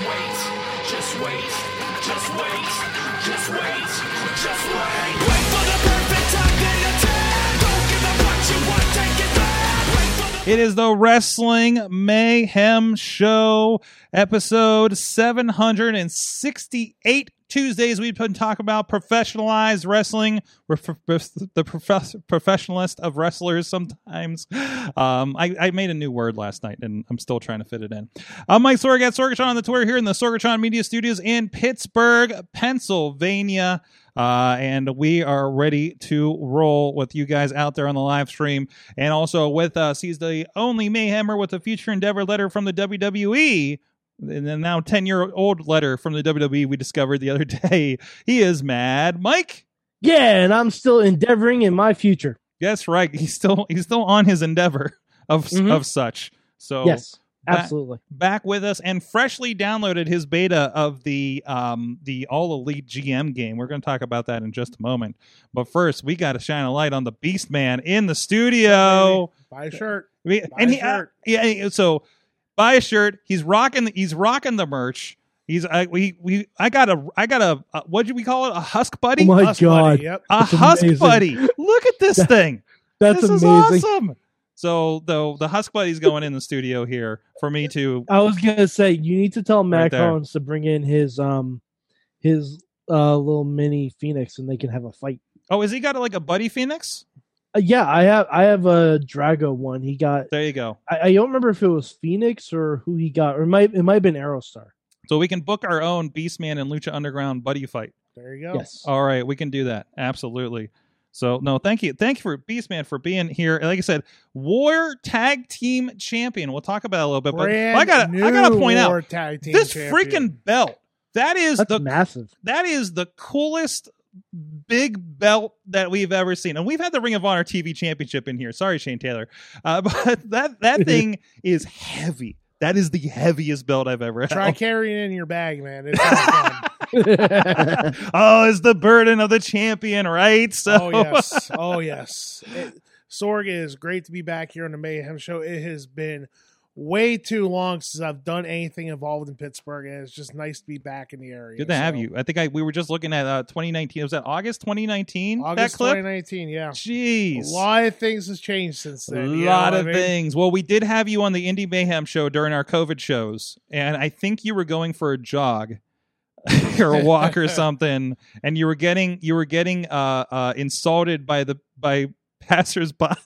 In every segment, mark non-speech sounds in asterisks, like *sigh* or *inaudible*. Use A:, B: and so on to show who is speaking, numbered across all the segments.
A: wait, just wait, just wait, just wait, just wait. Wait for the perfect time then attack. Don't give up what you want, take it back. Wait for the
B: It is the Wrestling Mayhem Show, episode 768. Tuesdays, we've been talking about professionalized wrestling. We're f- f- the prof- professionalist of wrestlers sometimes. Um, I, I made a new word last night, and I'm still trying to fit it in. I'm Mike Sorg at Sorgatron on the Twitter here in the Sorgatron Media Studios in Pittsburgh, Pennsylvania. Uh, and we are ready to roll with you guys out there on the live stream. And also with us, he's the only Mayhemmer with a future endeavor letter from the WWE. And then now 10 year old letter from the WWE we discovered the other *laughs* day. He is mad. Mike?
C: Yeah, and I'm still endeavoring in my future.
B: Yes, right. He's still he's still on his endeavor of
C: Mhm.
B: of such. So
C: yes,
B: that-
C: absolutely.
B: back with us and freshly downloaded his beta of the um the all elite GM game. We're going to talk about that in just a moment. But first, we got to shine a light on the Beast Man in the studio.
D: Buy a shirt.
B: We-
D: Buy
B: and
D: a
B: he, uh,
D: shirt.
B: yeah, he- so buy a shirt. He's rocking. The, he's rocking the merch. He's I we we I got a I got a, uh what do we call it a husk buddy
C: Oh my
B: Husk-
C: God,
D: Buddy, Yep.
B: a
C: That's
B: husk
C: amazing.
B: buddy. Look at
C: *laughs*
B: this thing.
C: that's
B: this
C: amazing.
B: is awesome. So though the husk buddy's going in the studio here for me to
C: I was gonna say you need to tell
B: Right there.
C: Macrons to bring in his um his uh little mini phoenix and they can have a fight.
B: Oh, has he got like a buddy phoenix?
C: Uh, yeah, I have I have a Drago one. He got
B: There you go.
C: I, I don't remember if it was Phoenix or who he got or it might it might have been Aerostar.
B: So we can book our own Beastman and Lucha Underground buddy fight.
D: There you go.
C: Yes.
B: All right, we can do that. Absolutely. So no, thank you, thank you for Beastman for being here. Like I said, War Tag Team Champion. We'll talk about it a little bit, but
D: Brand
B: I got to I got to
D: new
B: point out
D: war Tag team
B: this
D: champion.
B: freaking belt. That is
C: that's
B: the
C: massive. *laughs*
B: that is the coolest big belt that we've ever seen and we've had the ring of honor tv championship in here sorry shane taylor uh, *laughs* but that that thing is heavy that is the heaviest belt i've ever
D: Try
B: held.
D: carrying it in your bag, man. It's not fun.
B: *laughs* oh it's the burden of the champion right so
D: oh yes. Oh yes. It, Sorg it is great to be back here on the Mayhem Show. It has been way too long since I've done anything involved in Pittsburgh, and it's just nice to be back in the area.
B: good to have
D: So,
B: you i think i we were just looking at uh 2019 was that august 2019
D: August
B: that clip
D: 2019. Yeah.
B: jeez
D: A lot of things has changed since
B: A
D: then. you know
B: lot
D: what
B: of
D: I mean?
B: things. Well, we did have you on the Indie Mayhem show during our COVID shows, and I think you were going for a jog *laughs* or a walk
D: *laughs*
B: or something, and you were getting you were getting uh, uh, insulted by the by passersby. *laughs*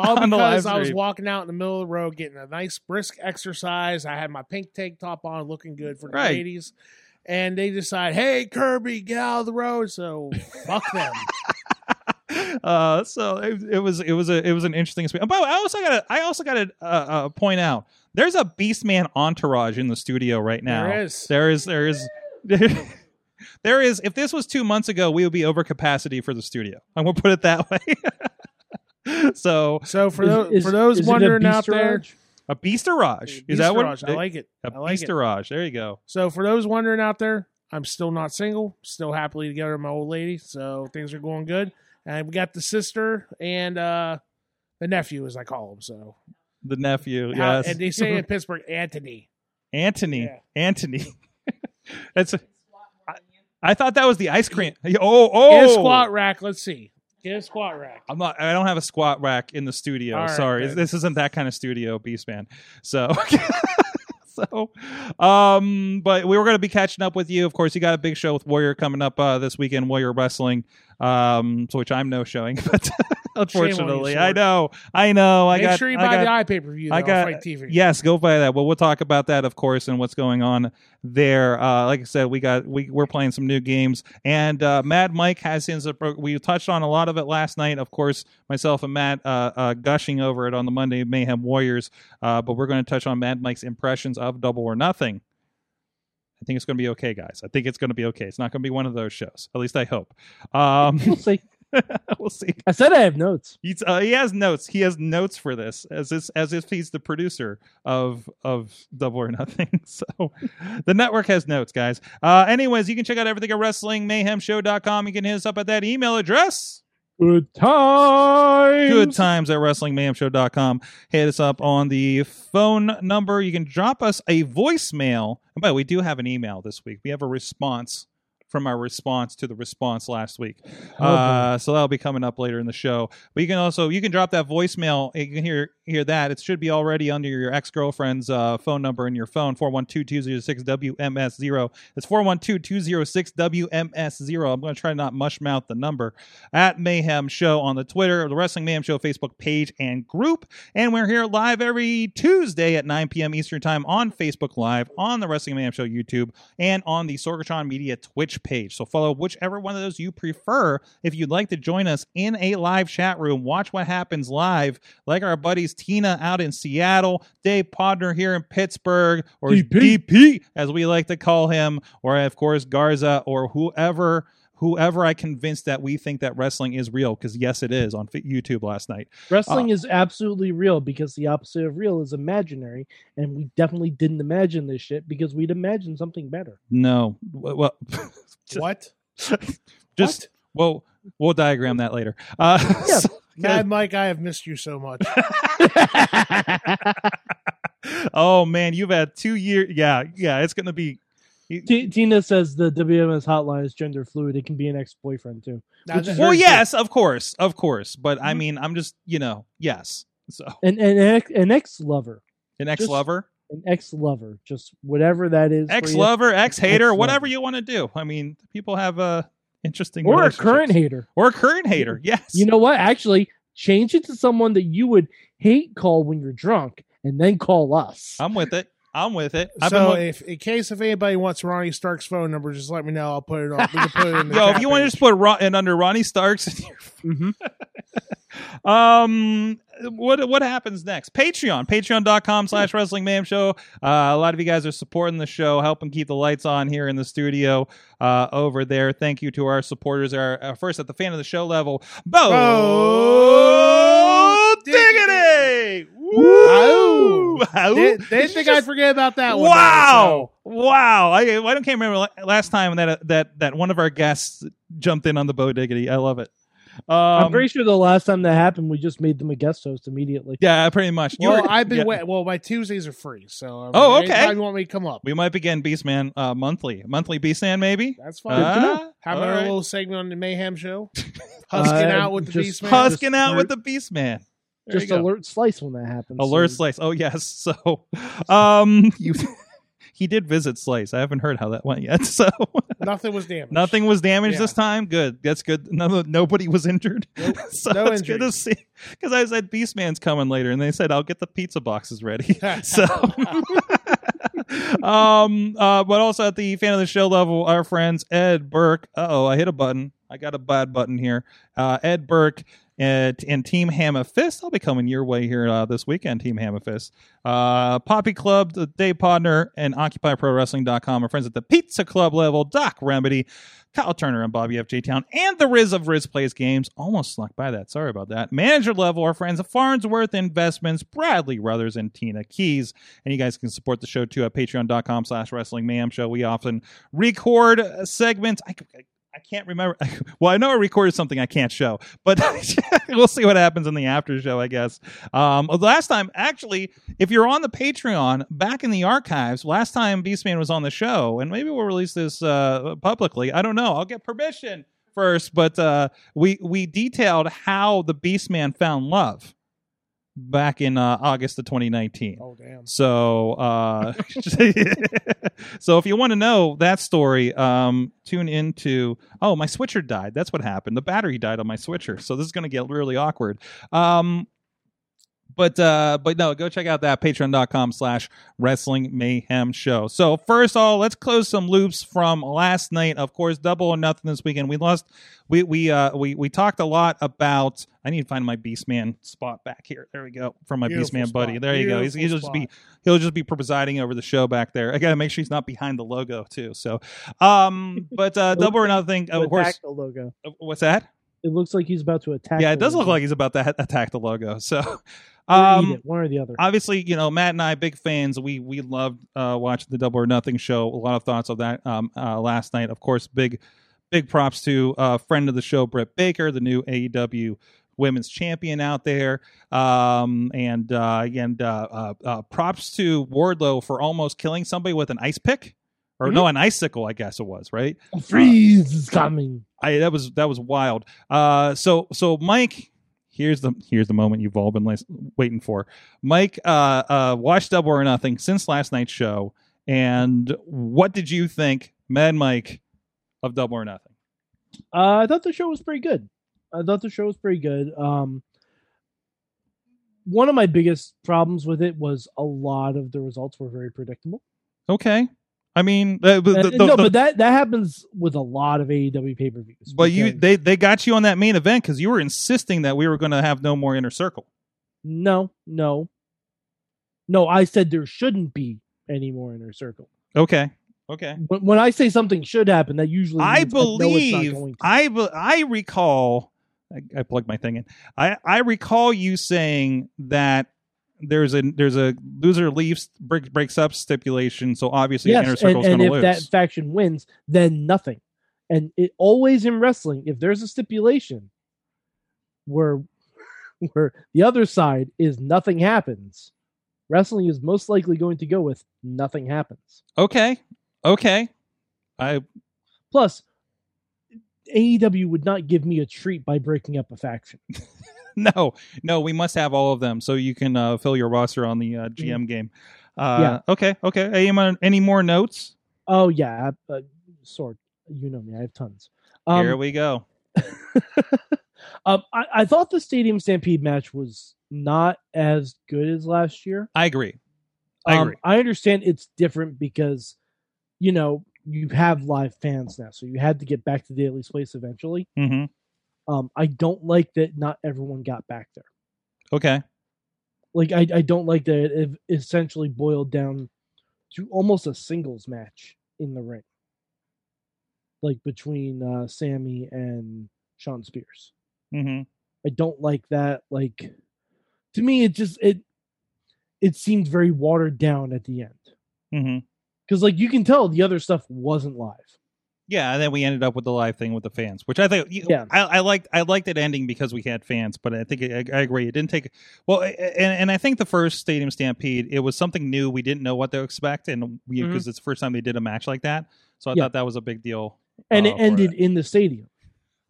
D: All
B: on the
D: because
B: live
D: I was
B: stream.
D: walking out in the middle of the road getting a nice brisk exercise. I had my pink tank top on, looking good for the
B: Right.
D: ladies. And they decide, hey, Kirby, get out of the road. So fuck
B: *laughs*
D: them.
B: uh, so it, it was it was a it was an interesting experience. But I also got to I also got to uh, uh, point out there's a Beastman entourage in the studio right now.
D: There is.
B: There is. There is. *laughs* There is. If this was two months ago, we would be over capacity for the studio. I'm gonna put it that way. *laughs* so
D: So for,
C: Is-
D: tho-
C: is-
D: for those
C: is it a
D: wondering
C: beast
D: out there,
C: garage?
B: a beasterage. Is that what?
D: Beastarage, I like it.
B: a
D: I like it.
B: beasterage. There you go.
D: So for those wondering out there, I'm still not single, still happily together with my old lady. So things are going good. And we got the sister and uh, the nephew, as I call him. So
B: The nephew.
D: How-
B: Yes.
D: and
B: *laughs*
D: they say in Pittsburgh, Anthony.
B: Anthony.
D: Yeah. *laughs*
B: Anthony. That's. A, I, I thought that was the ice cream. Oh, oh.
D: Get a squat rack. Let's see. Get a squat rack.
B: I'm not. I don't have a squat rack in the studio.
D: All right,
B: Sorry,
D: good.
B: this isn't that kind of studio, Beast Man. So, *laughs* so, um, but we were going to be catching up with you. Of course, you got a big show with Warrior coming up uh, this weekend, Warrior Wrestling, um, so which I'm no showing, *laughs* but unfortunately, I
D: Sword.
B: know, I know, I
D: Make
B: got,
D: sure you
B: I
D: buy
B: got-
D: the eye pay per view.
B: I got-
D: Fight TV.
B: Yes, go buy that. Well, we'll talk about that, of course, and what's going on there. Uh, like I said, we got we we're playing some new games, and uh, Mad Mike has his. uh, We touched on a lot of it last night. Of course, myself and Matt uh, uh, gushing over it on the Monday Mayhem Warriors, uh, but we're going to touch on Mad Mike's impressions of Double or Nothing. I think it's going to be okay, guys. I think it's going to be okay. It's not going to be one of those shows. At least I hope.
C: *laughs*
B: Um, *laughs*
C: We'll see.
B: we'll see.
C: I said I have notes.
B: He's, uh, he has notes. He has notes for this, as is, as if he's the producer of of Double or Nothing. *laughs* So, the network has notes, guys. Uh, anyways, you can check out everything at WrestlingMayhemShow.com. You can hit us up at that email address.
C: Good time.
B: Good times at WrestlingMayhemShow.com. Hit us up on the phone number. You can drop us a voicemail. And by the way, we do have an email this week. We have a response from our response to the response last week. Uh, so that'll be coming up later in the show. But you can also you can drop that voicemail. You can hear hear that. It should be already under your ex girlfriend's uh, phone number in your phone 412-206 WMS0. It's 412-206 WMS0. I'm going to try to not mush mouth the number. At Mayhem Show on the Twitter, the Wrestling Mayhem Show Facebook page and group. And we're here live every Tuesday at 9 p.m. Eastern Time on Facebook Live, on the Wrestling Mayhem Show YouTube, and on the Sorgatron Media Twitch page. So follow whichever one of those you prefer if you'd like to join us in a live chat room. Watch what happens live, like our buddies Tina out in Seattle, Dave Podner here in Pittsburgh, or
C: DP.
B: DP as we like to call him, or of course Garza, or whoever. Whoever I convinced that we think that wrestling is real, because yes, it is on F- YouTube last night.
C: Wrestling is absolutely real because the opposite of real is imaginary, and we definitely didn't imagine this shit because we'd imagined something better. *laughs*
B: No, W- well,
D: What?
B: just well, we'll diagram that later. Uh, *laughs*
C: Yeah.
B: so-
D: Mad Mike, I have missed you so
B: *laughs*
D: much.
B: oh man, you've had two years. Yeah, yeah, it's gonna be.
C: T- Tina says the WMS hotline is gender fluid. It can be an ex boyfriend too.
D: Now,
C: Which is
D: that-
B: Well,
C: very
B: yes, of course, of course. But
C: Mm-hmm.
B: I mean, I'm just you know, yes. So
C: And an ex an ex lover,
B: an ex lover,
C: an ex lover, just whatever that is. for you.
B: ex lover, ex hater,
C: Ex-lover.
B: whatever you want to do. I mean, people have uh, interesting
C: or a
B: relationships.
C: current hater.
B: or a current hater. Yes,
C: You know what? Actually, change it to someone that you would hate call when you're drunk, and then call us.
B: I'm with it. I'm with it. I've
D: so,
B: been.
D: if in case if anybody wants Ronnie Stark's phone number, just let me know. I'll put it on. We can put it in
B: *laughs*
D: the
B: Yo, if
D: chat
B: you want to
D: page.
B: just Mm-hmm. put Ron, and under Ronnie Starks, in your *laughs*
C: Mhm.
B: um what what happens next patreon patreon.com slash wrestling mayhem show uh, a lot of you guys are supporting the show helping keep the lights on here in the studio uh over there thank you to our supporters our, uh, first at the fan of the show level bo,
D: Bo
B: diggity
D: Diggity!
B: Woo! Ow.
D: They, they think I forget about that one.
B: Wow! Wow! I, I don't can't remember la- last time that uh, that that one of our guests jumped in on the Bo Diggity. I love it. Um,
C: I'm pretty sure the last time that happened, we just made them a guest host immediately.
B: yeah, pretty much.
D: though, so. Well,
B: were-
D: I've been
B: yeah.
D: wait- well. My Tuesdays are free, so I mean,
B: Oh, okay.
D: anytime you want me to come up?
B: We might begin Beastman uh, monthly, monthly Beastman maybe.
D: That's fine.
B: Ah,
D: Have
B: all
D: our
B: right.
D: little segment on the Mayhem
B: *laughs*
D: Show. Husking
C: Uh,
D: out with the
C: just-
D: Beastman.
C: Hus-
B: husking out with
C: alert-
B: the Beastman. There
C: just
B: you go.
C: alert slice when that happens.
B: alert
C: So-
B: Slice. Oh yes. *laughs* So, um, *laughs* you he did visit Slice. I haven't heard how that went yet. *laughs* So
D: Nothing was damaged.
B: nothing was damaged
D: Yeah.
B: this time. Good. That's good. *laughs* No, nobody was injured. *laughs* so
D: No
B: it's good to see because I said Beastman's coming later, and they said I'll get the pizza boxes
D: *laughs*
B: ready. *laughs* so, um, uh, but also at the fan of the show level, our friends Ed Burke. Uh oh, I hit a button. I got a bad button here. Uh, Ed Burke. And, and Team Hammer Fist, I'll be coming your way here uh, this weekend, Team Hammer Fist. Uh, Poppy Club, the Day Podner, and OccupyProWrestling.com are friends at the Pizza Club level, Doc Remedy, Kyle Turner and Bobby FJ Town, and the Riz of Riz Plays Games. Almost snuck by that. Sorry about that. Manager level, our friends of Farnsworth Investments, Bradley Ruthers, and Tina Keys. And you guys can support the show too at patreon.com slash wrestling mayhem show. We often record uh, segments. I, I, I can't remember. *laughs* Well, I know I recorded something I can't show, but *laughs* we'll see what happens in the after show, I guess. Um, the last time, actually, if you're on the Patreon, back in the archives, last time Beastman was on the show, and maybe we'll release this uh, publicly. I don't know. I'll get permission first, but uh, we we detailed how the Beastman found love back in uh, August of 2019.
D: Oh damn.
B: So, uh, *laughs* so if you want to know that story, um, tune into. Oh, my switcher died. That's what happened. The battery died on my switcher. So this is going to get really awkward. Um, But uh, but no, go check out that patreon.com slash wrestling mayhem show. So first of all, let's close some loops from last night. Of course, double or nothing this weekend. We lost we we uh we we talked a lot about I need to find my Beastman spot back here. There we go. From my
D: Beautiful
B: Beastman buddy.
D: spot.
B: There you go. He's, he'll
D: Beautiful
B: just be he'll just be presiding over the show back there. I gotta make sure he's not behind the logo too. So
C: *laughs*
B: um but uh double or nothing, of
C: Attack
B: course
C: the logo.
B: what's that?
C: It looks like he's about to attack.
B: Yeah, it
C: the
B: does look
C: logo.
B: like he's about to ha- attack the logo. *laughs* So
C: Or eat
B: um
C: it, one or the other.
B: obviously you know matt and i big fans we we loved uh watching the double or nothing show a lot of thoughts of that um uh, last night of course big big props to uh friend of the show brett baker the new aew women's champion out there um and uh and uh, uh, uh props to wardlow for almost killing somebody with an ice pick or no an icicle i guess it was right
C: *laughs* Freeze is coming.
B: I that was that was wild. Uh, so so Mike, here's the here's the moment you've all been lis- waiting for. Mike, uh, uh, watched Double or Nothing since last night's show, and what did you think, Mad Mike, of Double or Nothing?
C: Uh, I thought the show was pretty good. I thought the show was pretty good. Um, one of my biggest problems with it was a lot of the results were very predictable.
B: Okay, I mean, uh, the, the,
C: And- no,
B: the-
C: but that that happens with a E lot of AEW pay per views.
B: but you they they got you on that main event because you were insisting that we were going to have no more inner circle.
C: no, no, no. I said there shouldn't be any more inner circle.
B: Okay, okay.
C: When, when I say something should happen, that usually
B: I
C: means know it's not
B: believe
C: going to.
B: I be- I recall I, I plugged my thing in. I I recall you saying that there's a there's a loser leaves break, breaks up stipulation, so obviously the inner
C: yes, and,
B: circle's
C: and
B: going
C: if
B: to lose.
C: that faction wins, then nothing. And it always in wrestling, if there's a stipulation where *laughs* where the other side is nothing happens, wrestling is most likely going to go with nothing happens.
B: okay, okay. I *laughs*
C: Plus, AEW would not give me a treat by breaking up a faction.
B: no no we must have all of them so you can uh, fill your roster on the
C: Mm-hmm.
B: uh, GM game. Uh, Okay okay. Any more, any more notes?
C: Oh yeah, uh, sword. You know me. I have tons. Um,
B: Here we go.
C: *laughs* um, I, I thought the Stadium Stampede match was not as good as last year. Um,
B: I agree. I agree.
C: I understand it's different because, you know, you have live fans now, so you had to get back to Daly's place eventually.
B: hmm
C: Um, I don't like that not everyone got back there.
B: Okay.
C: Like, I, I don't like that it essentially boiled down to almost a singles match in the ring, like between uh, Sammy and Sean Spears.
B: hmm
C: I don't like that. Like, to me, it just it it seemed very watered down at the end.
B: hmm
C: because like you can tell the other stuff wasn't live.
B: Yeah, and then we ended up with the live thing with the fans, which I think yeah.
C: Yeah.
B: I, I liked. I liked it ending because we had fans, but I think I, I agree it didn't take well. a- And, and I think the first Stadium Stampede, it was something new. We didn't know what to expect, and because
C: Mhm.
B: it's the first time they did a match like that, so I
C: Yeah.
B: thought that was a big deal. *laughs*
C: And
B: Oh,
C: it
B: for
C: ended in the stadium.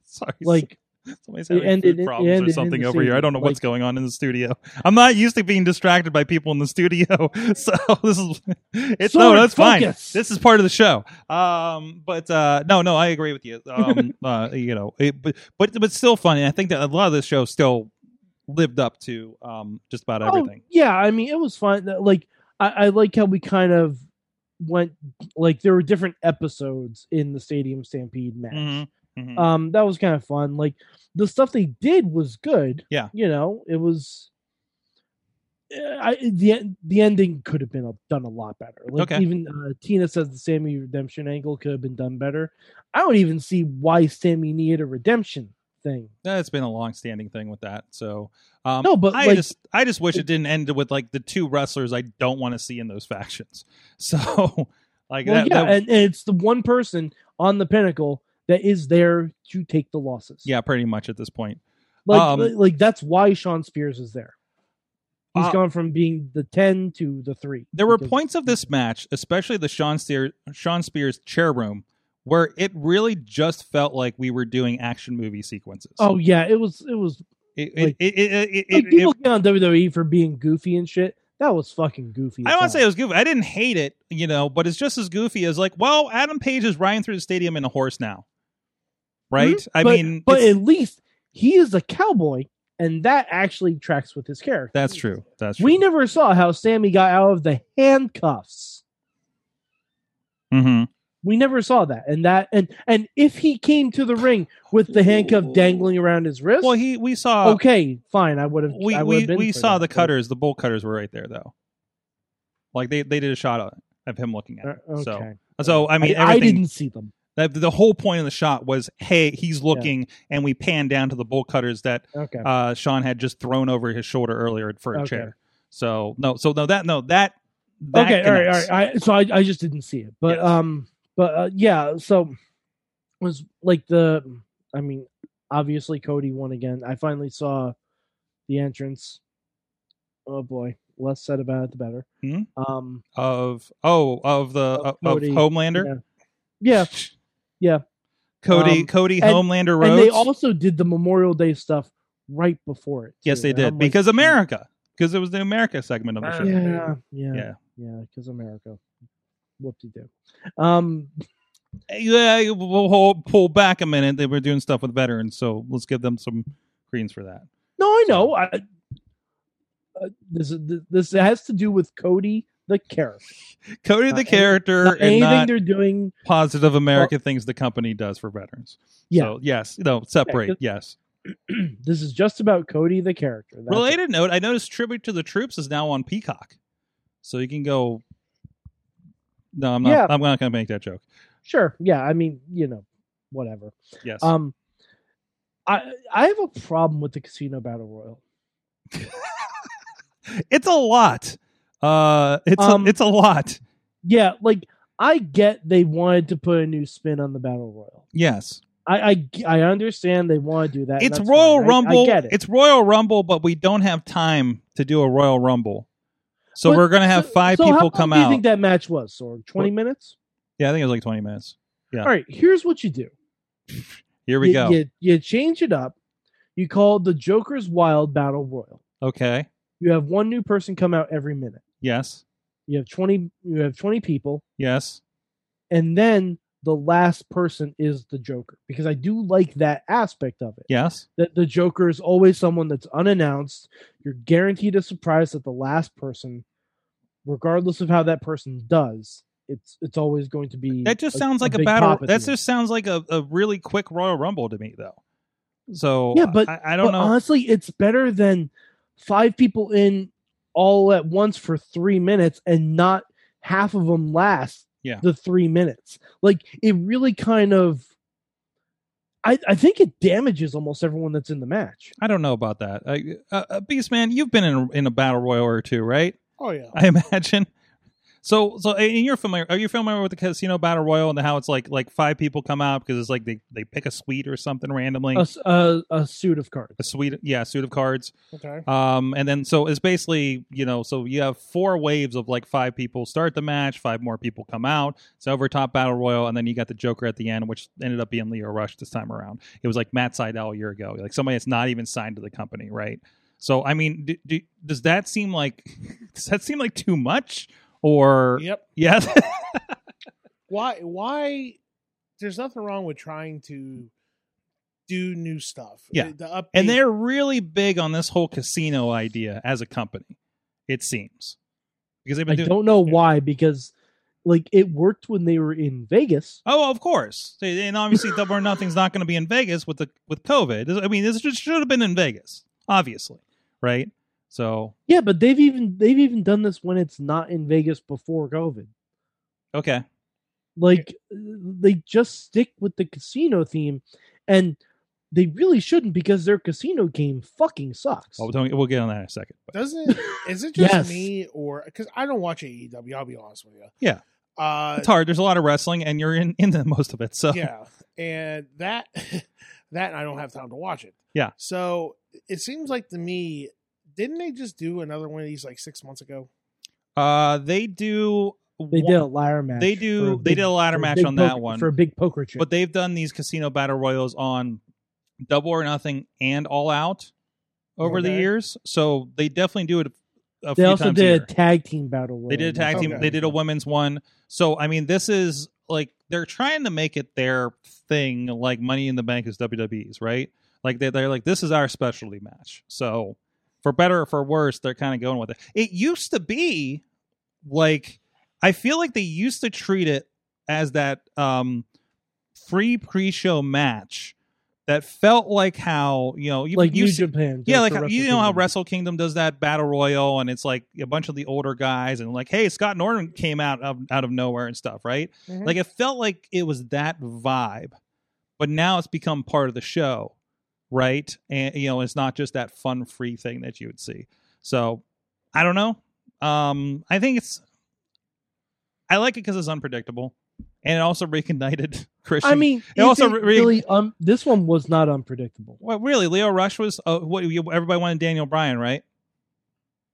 B: Sorry,
C: Like
B: somebody's
C: it
B: having
C: ended-
B: food
C: it
B: problems
C: ended
B: or
C: in
B: something
C: the
B: over here. I
C: same-
B: don't know what's
C: like-
B: going on in the studio. I'm not used to being distracted by people in the studio, *laughs* so this is it's no,
C: Sword,
B: that's fine.
C: focus!
B: This is part of the show. Um, but uh, no, no, I agree with
C: *laughs*
B: you. Um, uh, you know, it, but but but still funny. I think that a lot of this show still lived up to um just about everything.
C: Oh, yeah, I mean it was fun. That- Like I, I like how we kind of went like there were different episodes in the stadium stampede match.
B: Mhm, mhm.
C: Um, that was kind of fun. Like the stuff they did was good.
B: Yeah.
C: you know it was. eh, I the the ending could have been a, done a lot better. Like
B: Okay.
C: even uh, Tina says the Sammy redemption angle could have been done better. I don't even see why Sammy needed a redemption thing.
B: That's been a long-standing thing with that. So um,
C: No, but,
B: I
C: like-
B: just I just wish it didn't end with like the two wrestlers I don't want to see in those *laughs* factions. So *laughs* like
C: Well,
B: that,
C: yeah,
B: that-
C: and, and it's the one person on the pinnacle that is there to take the losses.
B: yeah, pretty much at this point.
C: like
B: um,
C: like- like that's why Sean Spears is there. He's
B: Uh,
C: gone from being the ten to the three.
B: There were
C: because-
B: points of this match, especially the Sean Spears, Sean Spears chair room, where it really just felt like we were doing action movie sequences.
C: Oh yeah, it was it was
B: it,
C: like-
B: it, it, it, it,
C: like,
B: it-
C: people get on WWE for being goofy and shit. That was fucking goofy.
B: I
C: as
B: don't want to
C: hell.
B: say it was goofy. I didn't hate it, you know, but it's just as goofy as like, well, Adam Page is riding through the stadium in a horse now, right? I
C: Mm-hmm. but,
B: mean,
C: but
B: it's-
C: at least he is a cowboy and that actually tracks with his character.
B: That's true. That's true.
C: We never saw how Sammy got out of the handcuffs.
B: hmm
C: We never saw that, and that, and and if he came to the ring with the handcuff dangling around his wrist,
B: Well, he we saw
C: okay, fine, I would have.
B: we
C: I would
B: we,
C: have been
B: we
C: for
B: saw the
C: that, but-
B: cutters. The bull cutters were right there though. Like they they did a shot of, of him looking at
C: Uh,
B: it.
C: Okay.
B: So so I mean
C: I, I
B: everything.
C: didn't see them.
B: that- the whole point of the shot was hey he's looking and we pan down to the bull cutters that
C: Okay.
B: uh, Sean had just thrown over his shoulder earlier for a
C: Okay.
B: chair. So no, so no that no that. that
C: okay, all
B: connects.
C: right, all right. I, so I, I just didn't see it, but
B: Yes.
C: um, but uh, yeah, so was like the, I mean, obviously Cody won again. I finally saw the entrance. Oh boy, less said about it, the better.
B: Mhm.
C: Um,
B: Of oh of the
C: Of
B: of, of
C: Cody,
B: Homelander.
C: yeah, yeah, yeah.
B: Cody
C: Um,
B: Cody
C: and-
B: Homelander Rhodes.
C: and they also did the Memorial Day stuff right before it.
B: yes,
C: too,
B: they
C: and
B: did
C: I'm Um, like,
B: because America because it was the America segment of the show.
D: America.
C: Yeah, yeah,
B: Yeah.
C: yeah, yeah, because America. Whoop de doo. Um,
B: yeah, we'll hold, pull back a minute. They were doing stuff with veterans, so let's give them some greens for that.
C: No, I know. I, uh, this is- this has to do with Cody the character.
B: Cody
C: Not
B: the
C: any-
B: character
C: Not
B: and
C: Uh, anything
B: not
C: they're doing. *clears throat*
B: positive America things the company does for veterans.
C: Yeah.
B: So yes, no, separate.
C: Okay.
B: yes.
C: this is just about Cody the character. That's it.
B: Related note: I noticed tribute to the troops is now on Peacock, so you can go. No, I'm not.
C: Yeah.
B: I'm not going to make that joke.
C: Sure. Yeah. I mean, you know, whatever.
B: Yes.
C: Um, I I have a problem with the casino battle royal.
B: *laughs* it's a lot. Uh, it's
C: Um,
B: a, it's a lot.
C: Yeah, like I get they wanted to put a new spin on the battle royal.
B: Yes.
C: I I, I understand they want to do that. and
B: it's
C: that's
B: Royal
C: fine. I-
B: Rumble.
C: I, get it.
B: It's Royal Rumble, but we don't have time to do a Royal Rumble. So
C: But-
B: we're gonna have
C: so-
B: five
C: so how
B: people
C: long
B: come
C: do You
B: out.
C: think that match was Sorg? Twenty minutes?
B: yeah, I think it was like twenty minutes. Yeah.
C: All right. Here's what you do.
B: Here we
C: you,
B: go.
C: You, you change it up. You call it the Joker's Wild Battle Royal.
B: Okay.
C: You have one new person come out every minute.
B: Yes.
C: You have twenty. You have twenty people,
B: Yes.
C: and then the last person is the Joker because I do like that aspect of it.
B: Yes.
C: That the Joker is always someone that's unannounced. You're guaranteed a surprise at the last person, regardless of how that person does. It's it's always going to be
B: That just sounds like a,
C: big pop
B: battle.
C: at
B: That
C: the end.
B: just sounds like a, a really quick Royal Rumble to me, though. So
C: Yeah, but-
B: I, I don't
C: but
B: know.
C: honestly, it's better than five people in all at once for three minutes and not half of them last
B: Yeah.
C: the three minutes. Like it really kind of I, I think it damages almost everyone that's in the match.
B: I don't know about that. I, uh, uh, Beastman, you've been in a, in a battle royal or two, right?
D: Oh yeah.
B: I *laughs* imagine. So, so, and you're familiar? Are you familiar with the casino battle royal and how it's like, like five people come out because it's like they they pick a suite or something randomly,
C: A, s- a- a suit of cards.
B: a suite, yeah, suit of cards.
D: Okay.
B: Um, and then so it's basically you know, so you have four waves of like five people start the match, five more people come out. It's overtop battle royal, and then you got the Joker at the end, which ended up being Leo Rush this time around. It was like Matt Seidel a year ago, like somebody that's not even signed to the company, right? So I mean, do, do, does that seem like *laughs* does that seem like too much? Or
D: Yep.
B: *laughs* Yes.
D: why why there's nothing wrong with trying to do new stuff
B: Yeah.
D: the update,
B: and they're really big on this whole casino idea as a company, it seems. Because they've
C: I
B: been doing
C: don't know why because like it worked when they were in Vegas.
B: Oh, of course. And obviously Double or Nothing's not going to be in Vegas with the with COVID. I mean, this just should have been in Vegas, obviously, right? So,
C: Yeah, but they've even they've even done this when it's not in Vegas before COVID.
B: okay.
C: like uh, they just stick with the casino theme and they really shouldn't because their casino game fucking sucks
B: Well, don't, we'll get on that in a second. But *laughs*
D: doesn't is it just
C: Yes.
D: me or because i don't watch aew i'll be honest with you
B: Yeah.
D: uh
B: it's hard. There's a lot of wrestling and you're in into *laughs* most of it. *laughs* So,
D: yeah and that *laughs* that i don't have time to watch it
B: Yeah.
D: so it seems like to me didn't they just do another one of these like six months ago
B: uh they do
C: they
B: one-
C: did a ladder match
B: They
C: for
B: do-
C: a
B: they did a ladder
C: for
B: match
C: big
B: on that
C: poker-
B: one.
C: for a big poker chip
B: but they've done these casino battle royals on double or nothing and all out over the
D: Okay.
B: years so they definitely do it a
C: they
B: few
C: also
B: times
C: did
B: a
C: a
B: year.
C: tag team battle
B: they did a
C: royal.
B: tag team
D: Okay.
B: they did a women's one so i mean this is like they're trying to make it their thing, like Money in the Bank is WWE's, right? Like they they're like this is our specialty match. So for better or for worse, they're kind of going with it. It used to be like I feel like they used to treat it as that um free pre-show match that felt like how you know you
C: like New
B: you see-
C: Japan. does
B: yeah, like
C: for
B: how- you
C: Wrestle
B: know how
C: Kingdom.
B: Wrestle Kingdom does that battle royal, and it's like a bunch of the older guys, and like, hey, Scott Norton came out of, out of nowhere and stuff, right?
C: Mm-hmm.
D: Mhm.
B: Like it felt like it was that vibe, but now it's become part of the show, right? And you know, it's not just that fun free thing that you would see. So I don't know. Um, I think it's I like it because it's unpredictable, and it also *laughs* reignited Christian.
C: I mean,
B: It also
C: also
B: re- re-
C: really um, this one was not unpredictable.
B: well, really, Leo Rush was uh, what you, everybody wanted Daniel Bryan, right?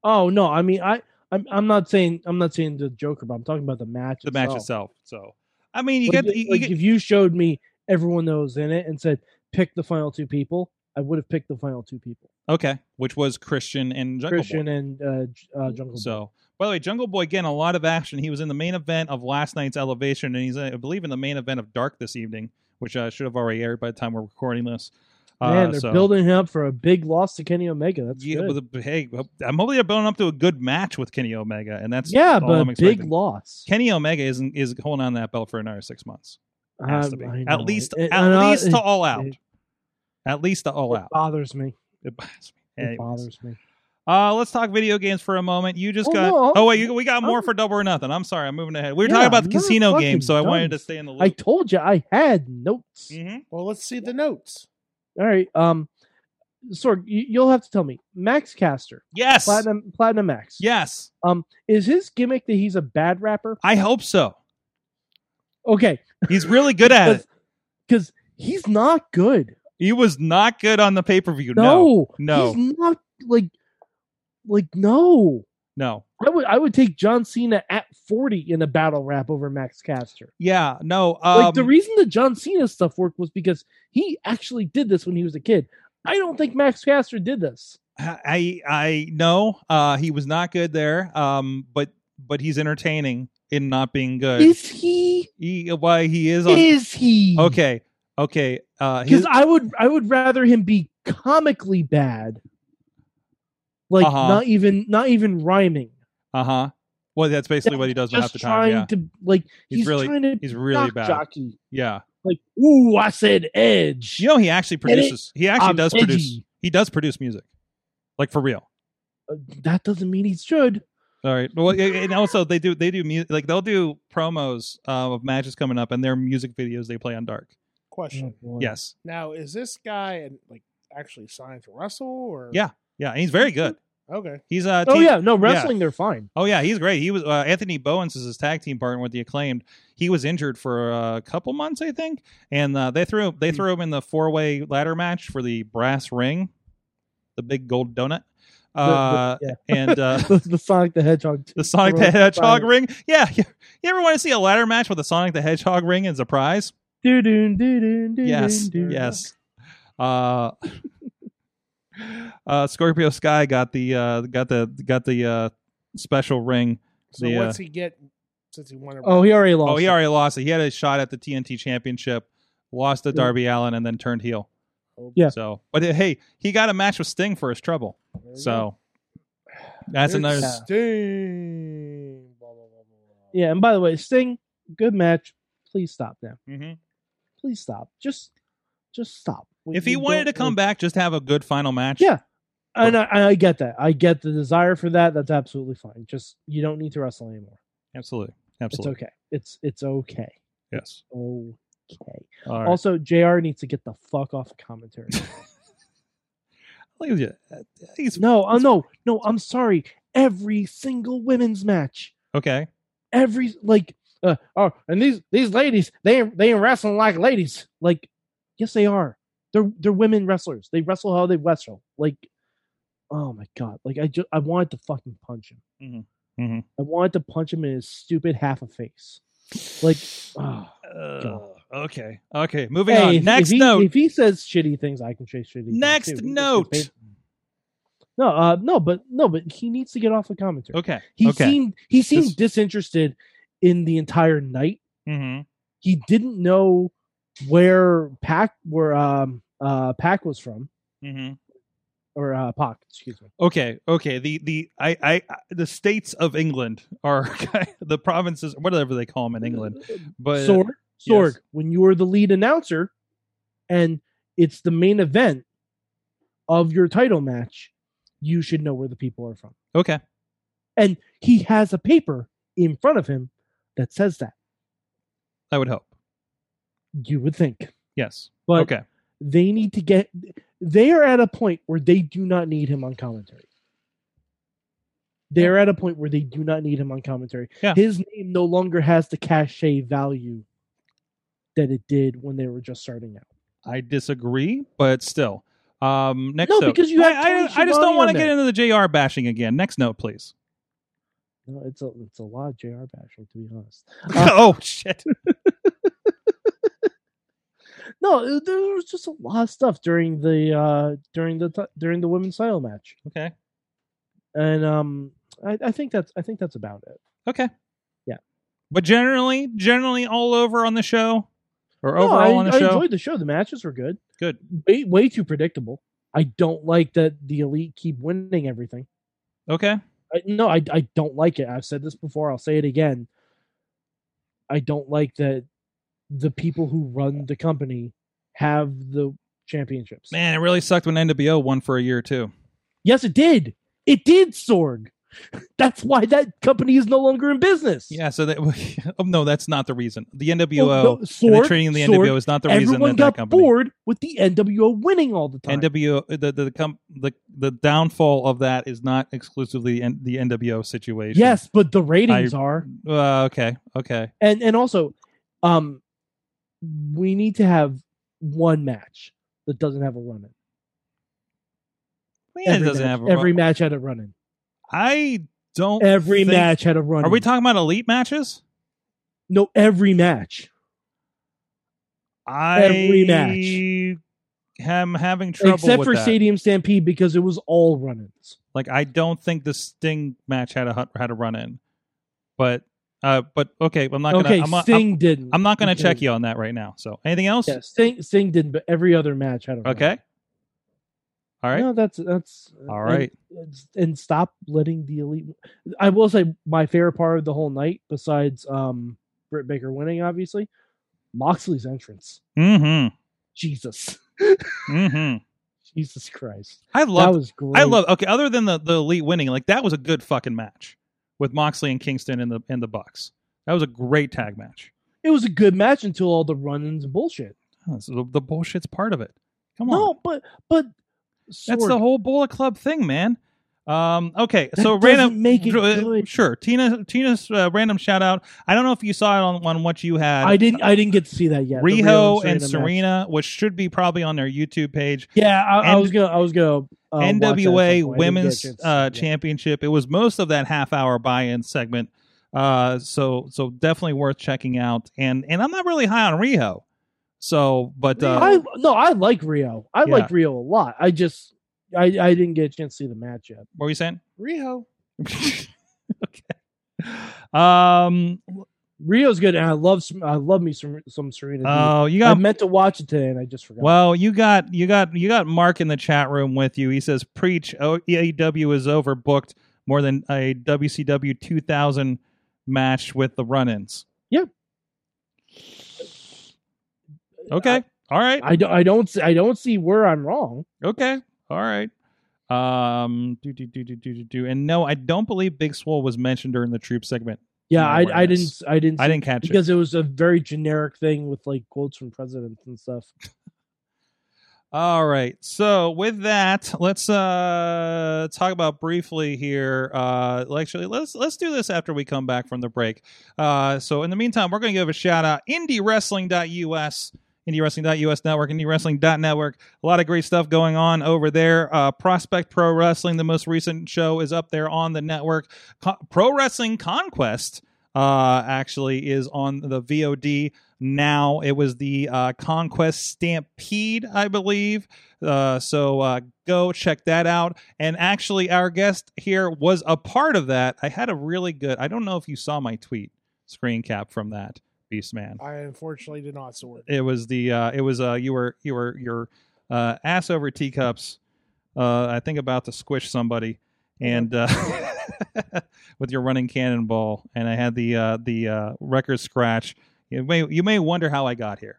C: Oh no, I mean, I I'm, I'm not saying I'm not saying the Joker, but I'm talking about the match.
B: the match itself. So, I mean, you
C: Like,
B: get you,
C: like,
B: you get,
C: if you showed me everyone that was in it and said pick the final two people, I would have picked the final two people,
B: okay, which was Christian and Jungle
C: Christian
B: Boy.
C: and uh, J- uh, Jungle. Boy.
B: So, by the way, Jungle Boy again a lot of action. He was in the main event of last night's Elevation, and he's I believe in the main event of Dark this evening, which uh, should have already aired by the time we're recording this.
C: Man,
B: uh,
C: they're
B: so-
C: building him up for a big loss to Kenny Omega. That's
B: Yeah,
C: good.
B: but the- hey, I'm hoping they're building up to a good match with Kenny Omega, and that's
C: yeah,
B: all
C: but
B: I'm
C: a big
B: expecting.
C: loss.
B: Kenny Omega isn't is holding on to that belt for another six months. Has
C: Um,
B: to be.
C: I
B: At
C: know.
B: least,
C: It-
B: at
C: and I-
B: least to
C: it-
B: all out.
C: it-
B: At least to all
C: it
B: out.
C: bothers me.
B: It bothers me.
C: It
B: Anyways.
C: bothers me.
B: Uh, let's talk video games for a moment. You just
C: Oh,
B: got.
C: no, I'm-
B: oh wait, you, we got more
C: I'm-
B: for double or nothing. I'm sorry, I'm moving ahead. We were
C: Yeah,
B: talking about the
C: you're
B: casino
C: fucking
B: game, so I wanted
C: dumb.
B: to stay in the
C: I
B: loop.
C: told you I had notes.
B: Mhm.
D: Well, let's see the notes.
C: All right. Um, Sorg, you, you'll have to tell me. Max Caster,
B: Yes,
C: Platinum Platinum Max.
B: yes,
C: Um, is his gimmick that he's a bad rapper?
B: I hope so.
C: Okay,
B: He's really good at it.
C: because he's not good.
B: He was not good on the pay per view. No,
C: No,
B: no.
C: he's not like, like no.
B: no,
C: I would I would take John Cena at forty in a battle rap over Max Caster.
B: yeah, no. Um,
C: Like the reason the John Cena stuff worked was because he actually did this when he was a kid. I don't think Max Caster did this.
B: I I know uh, he was not good there. Um, but but he's entertaining in not being good.
C: Is he?
B: He, why he is on?
C: Is he?
B: Okay, okay. Uh,
C: because
B: his,
C: I would I would rather him be comically bad, like
B: Uh-huh.
C: not even not even rhyming.
B: uh huh. Well, that's basically what he does half
C: Just
B: the time.
C: trying
B: Yeah.
C: to like
B: He's
C: he's,
B: really-
C: trying to
B: He's really
C: shock
B: bad.
C: jockey.
B: Yeah.
C: Like ooh, I said edge.
B: You know, he actually
C: it? um,
B: produces. He actually
C: I'm
B: does produce.
C: edgy.
B: He does produce music, like for real.
C: Uh, That doesn't mean he should.
B: All right. Well, and and also they do they do music like they'll do promos uh, of matches coming up and their music videos they play on Dark.
D: Question.
C: Oh,
B: Yes.
D: Now, is this guy and like actually signed to Russell or
B: Yeah, and he's very good.
D: Okay.
B: He's uh.
C: Oh
B: team-
C: yeah, no wrestling. They're fine.
B: Oh yeah, he's great. He was uh, Anthony Bowens is his tag team partner with the acclaimed. He was injured for a couple months, I think, and uh, they threw
C: Hmm.
B: they threw him in the four way ladder match for the brass ring, the big gold donut,
C: The- the-
B: uh,
C: yeah.
B: and uh,
C: *laughs* the, the Sonic the Hedgehog.
B: *laughs* The Sonic the
C: Right,
B: Hedgehog
C: right.
B: ring? Yeah. You you ever want to see a ladder match with a Sonic the Hedgehog ring as a prize?
C: Doo doo doo doo doo.
B: Yes.
C: doo.
B: Yes. Uh, *laughs* uh, Scorpio Sky got the uh, got the got the uh, special ring.
D: So
B: The, uh,
D: what's he get since he won? a-
C: Oh, he already lost.
B: Oh, he
C: it.
B: already lost it. He had a shot at the TNT Championship, lost to
C: Yeah.
B: Darby Allen, and then turned heel.
C: Yeah.
B: So, but uh, hey, he got a match with Sting for his trouble.
D: There you go.
B: So that's
D: There's
B: another.
D: Sting. Blah, blah, blah, blah, blah.
C: Yeah, and by the way, Sting, good match. Please stop now.
B: Mhm.
C: Please stop. Just, just stop. We-
B: If he
C: we
B: wanted to
C: don't
B: come
C: want-
B: back, just have a good final match.
C: Yeah. and I, I get that. I get the desire for that. That's absolutely fine. Just you don't need to wrestle anymore.
B: Absolutely. Absolutely.
C: It's okay. It's it's okay.
B: Yes.
C: Okay.
B: All right.
C: Also, Jr. needs to get the fuck off
B: *laughs*
C: of commentary.
B: Look at you. I think it's-
C: no, oh no, no. I'm sorry. Every single women's match,
B: okay.
C: every like, uh, oh, and these these ladies, they ain't- they ain't wrestling like ladies. Like, yes, they are. They're they're women wrestlers. They wrestle how they wrestle. Like, oh my god. Like I just I wanted to fucking punch him.
B: Mhm.
C: I wanted to punch him in his stupid half a face.
B: *sighs*
C: Like, ah.
B: Uh, okay. Okay. Moving
C: Hey,
B: on.
C: if- if
B: Next
C: he-
B: note.
C: If he says shitty things, I can say shitty. things,
B: Next
C: too. He just gets
B: note.
C: paid- No, uh, no, but no, but he needs to get off the commentary.
B: okay.
C: He
B: okay.
C: seemed he seemed
B: This-
C: disinterested in the entire night,
B: Mhm.
C: he didn't know where Pac where um uh Pac was from
B: Mm-hmm.
C: or uh Pac, excuse me.
B: Okay, okay. The the I, I I- the states of England are *laughs* the provinces, whatever they call them in England. But
C: Sorg, Sorg,
B: yes.
C: when you are the lead announcer and it's the main event of your title match, you should know where the people are from.
B: okay,
C: And he has a paper in front of him that says that.
B: I would hope.
C: You would think.
B: Yes.
C: But
B: okay.
C: they need to get they are at a point where they do not need him on commentary. They're at a point where they do not need him on commentary.
B: Yeah.
C: His name no longer has the cachet value that it did when they were just starting out.
B: I disagree, but still. Um, next
C: No,
B: note.
C: because you have
B: I, I,
C: Tony
B: I just
C: Schiavone
B: don't want
C: on
B: to get
C: there.
B: into the JR bashing again. Next note, please.
C: No, it's a it's a lot of JR bashing to be honest.
B: *laughs* oh shit.
C: No, there was just a lot of stuff during the uh during the t- during the women's title match,
B: Okay.
C: and um I, I think that's I think that's about it.
B: Okay.
C: Yeah.
B: But generally, generally all over on the show or
C: No,
B: overall
C: I,
B: on the
C: I
B: show.
C: enjoyed the show. The matches were good.
B: Good.
C: Way, way too predictable. I don't like that the elite keep winning everything.
B: Okay.
C: I, no, I I don't like it. I've said this before. I'll say it again. I don't like that the people who run the company have the championships.
B: Man, it really sucked when NWO won for a year too.
C: Yes, it did. It did, Sorg. *laughs* That's why that company is no longer in business.
B: Yeah, so that *laughs* oh no, that's not the reason. The NWO
C: Well, Oh, no,
B: and the
C: Sorg,
B: training of the
C: Sorg,
B: NWO is not the reason
C: everyone
B: that
C: got
B: that company
C: bored with the NWO winning all the time.
B: NWO the the, the com- the the downfall of that is not exclusively N- the NWO situation.
C: yes, but the ratings are.
B: Uh, okay. Okay.
C: and and also um we need to have one match that doesn't have a run in
B: Yeah, it doesn't
C: match,
B: have a
C: every match had a run in
B: I don't.
C: every
B: think-
C: match had a run
B: Are we talking about elite matches?
C: no every match
B: I
C: Every match.
B: am having trouble
C: except
B: with
C: for
B: that.
C: stadium stampede because it was all run-ins
B: Like I don't think the Sting match had a hu- had a run in, but uh, but okay, I'm not gonna.
C: okay
B: I'm, not- I'm,
C: sting didn't
B: I'm not gonna
C: Okay.
B: check you on that right now. So anything else?
C: yeah, sting sting didn't but every other match had a run-in.
B: Okay. All right.
C: no that's that's
B: All right.
C: and, and stop letting the elite i will say my favorite part of the whole night besides um britt baker winning obviously moxley's entrance
B: Mm-hmm.
C: jesus *laughs*
B: Mm-hmm.
C: Jesus Christ.
B: I love.
C: that was great.
B: I love. Okay. Other than the the elite winning, like that was a good fucking match with Moxley and Kingston in the in the Bucks. That was a great tag match.
C: it was a good match until all the run ins and bullshit.
B: Oh, so the, the bullshit's part of it. Come on.
C: No, but but
B: That's the
C: Sorg,
B: whole Bullet Club thing, man. Um, okay,
C: That
B: so
C: doesn't
B: random.
C: make it
B: uh,
C: good.
B: Sure, Tina. Tina's uh, random shout out. I don't know if you saw it on, on what you had.
C: I didn't I didn't get to see that yet. the Rio
B: Riho and
C: match.
B: Serena, which should be probably on their YouTube page.
C: Yeah, I, I
B: And-
C: was gonna I was gonna uh, watch that at some point. I
B: NWA
C: didn't get a
B: Women's
C: chance to see
B: uh,
C: it yet.
B: Championship. It was most of that half hour buy in segment. Uh, so so definitely worth checking out. And and I'm not really high on Riho. So, but uh,
C: I no, I like Rio. I
B: Yeah.
C: like Rio a lot. I just I, I didn't get a chance to see the match yet.
B: what were you saying? *laughs*
D: Riho.
B: okay. Um.
C: Rio's good, and I love some, I love me some some Serena. Deeb.
B: Oh, you
C: I
B: got
C: meant to watch it today, and I just forgot.
B: Well, you got you got you got Mark in the chat room with you. He says, "Preach! O- AEW is overbooked more than a WCW 2000 match with the run-ins."
C: Yeah.
B: Okay. All right.
C: I don't I don't see, I don't see where I'm wrong.
B: Okay. All right. Um. Do do do do do do do. And no, I don't believe Big Swole was mentioned during the troop segment.
C: Yeah,
B: No,
C: I,
B: where
C: I
B: it is.
C: didn't I didn't
B: I
C: see
B: didn't catch it.
C: because it was a very generic thing with like quotes from presidents and stuff.
B: All right. So with that, let's uh talk about briefly here. Uh actually let's let's do this after we come back from the break. Uh so in the meantime, we're gonna give a shout out indiewrestling.us. IndieWrestling.us network, IndieWrestling.network. A lot of great stuff going on over there. Uh, Prospect Pro Wrestling, the most recent show, is up there on the network. Co- Pro Wrestling Conquest uh, actually is on the VOD now. It was the uh, Conquest Stampede, I believe. Uh, so uh, go check that out. And actually, our guest here was a part of that. I had a really good. I don't know if you saw my tweet screen cap from that Beastman.
D: I unfortunately did not sword.
B: It was the uh, it was uh, you were you were your uh, ass over teacups. Uh, I think about to squish somebody, and uh, *laughs* with your running cannonball, and I had the uh, the uh, record scratch. You may you may wonder how I got here.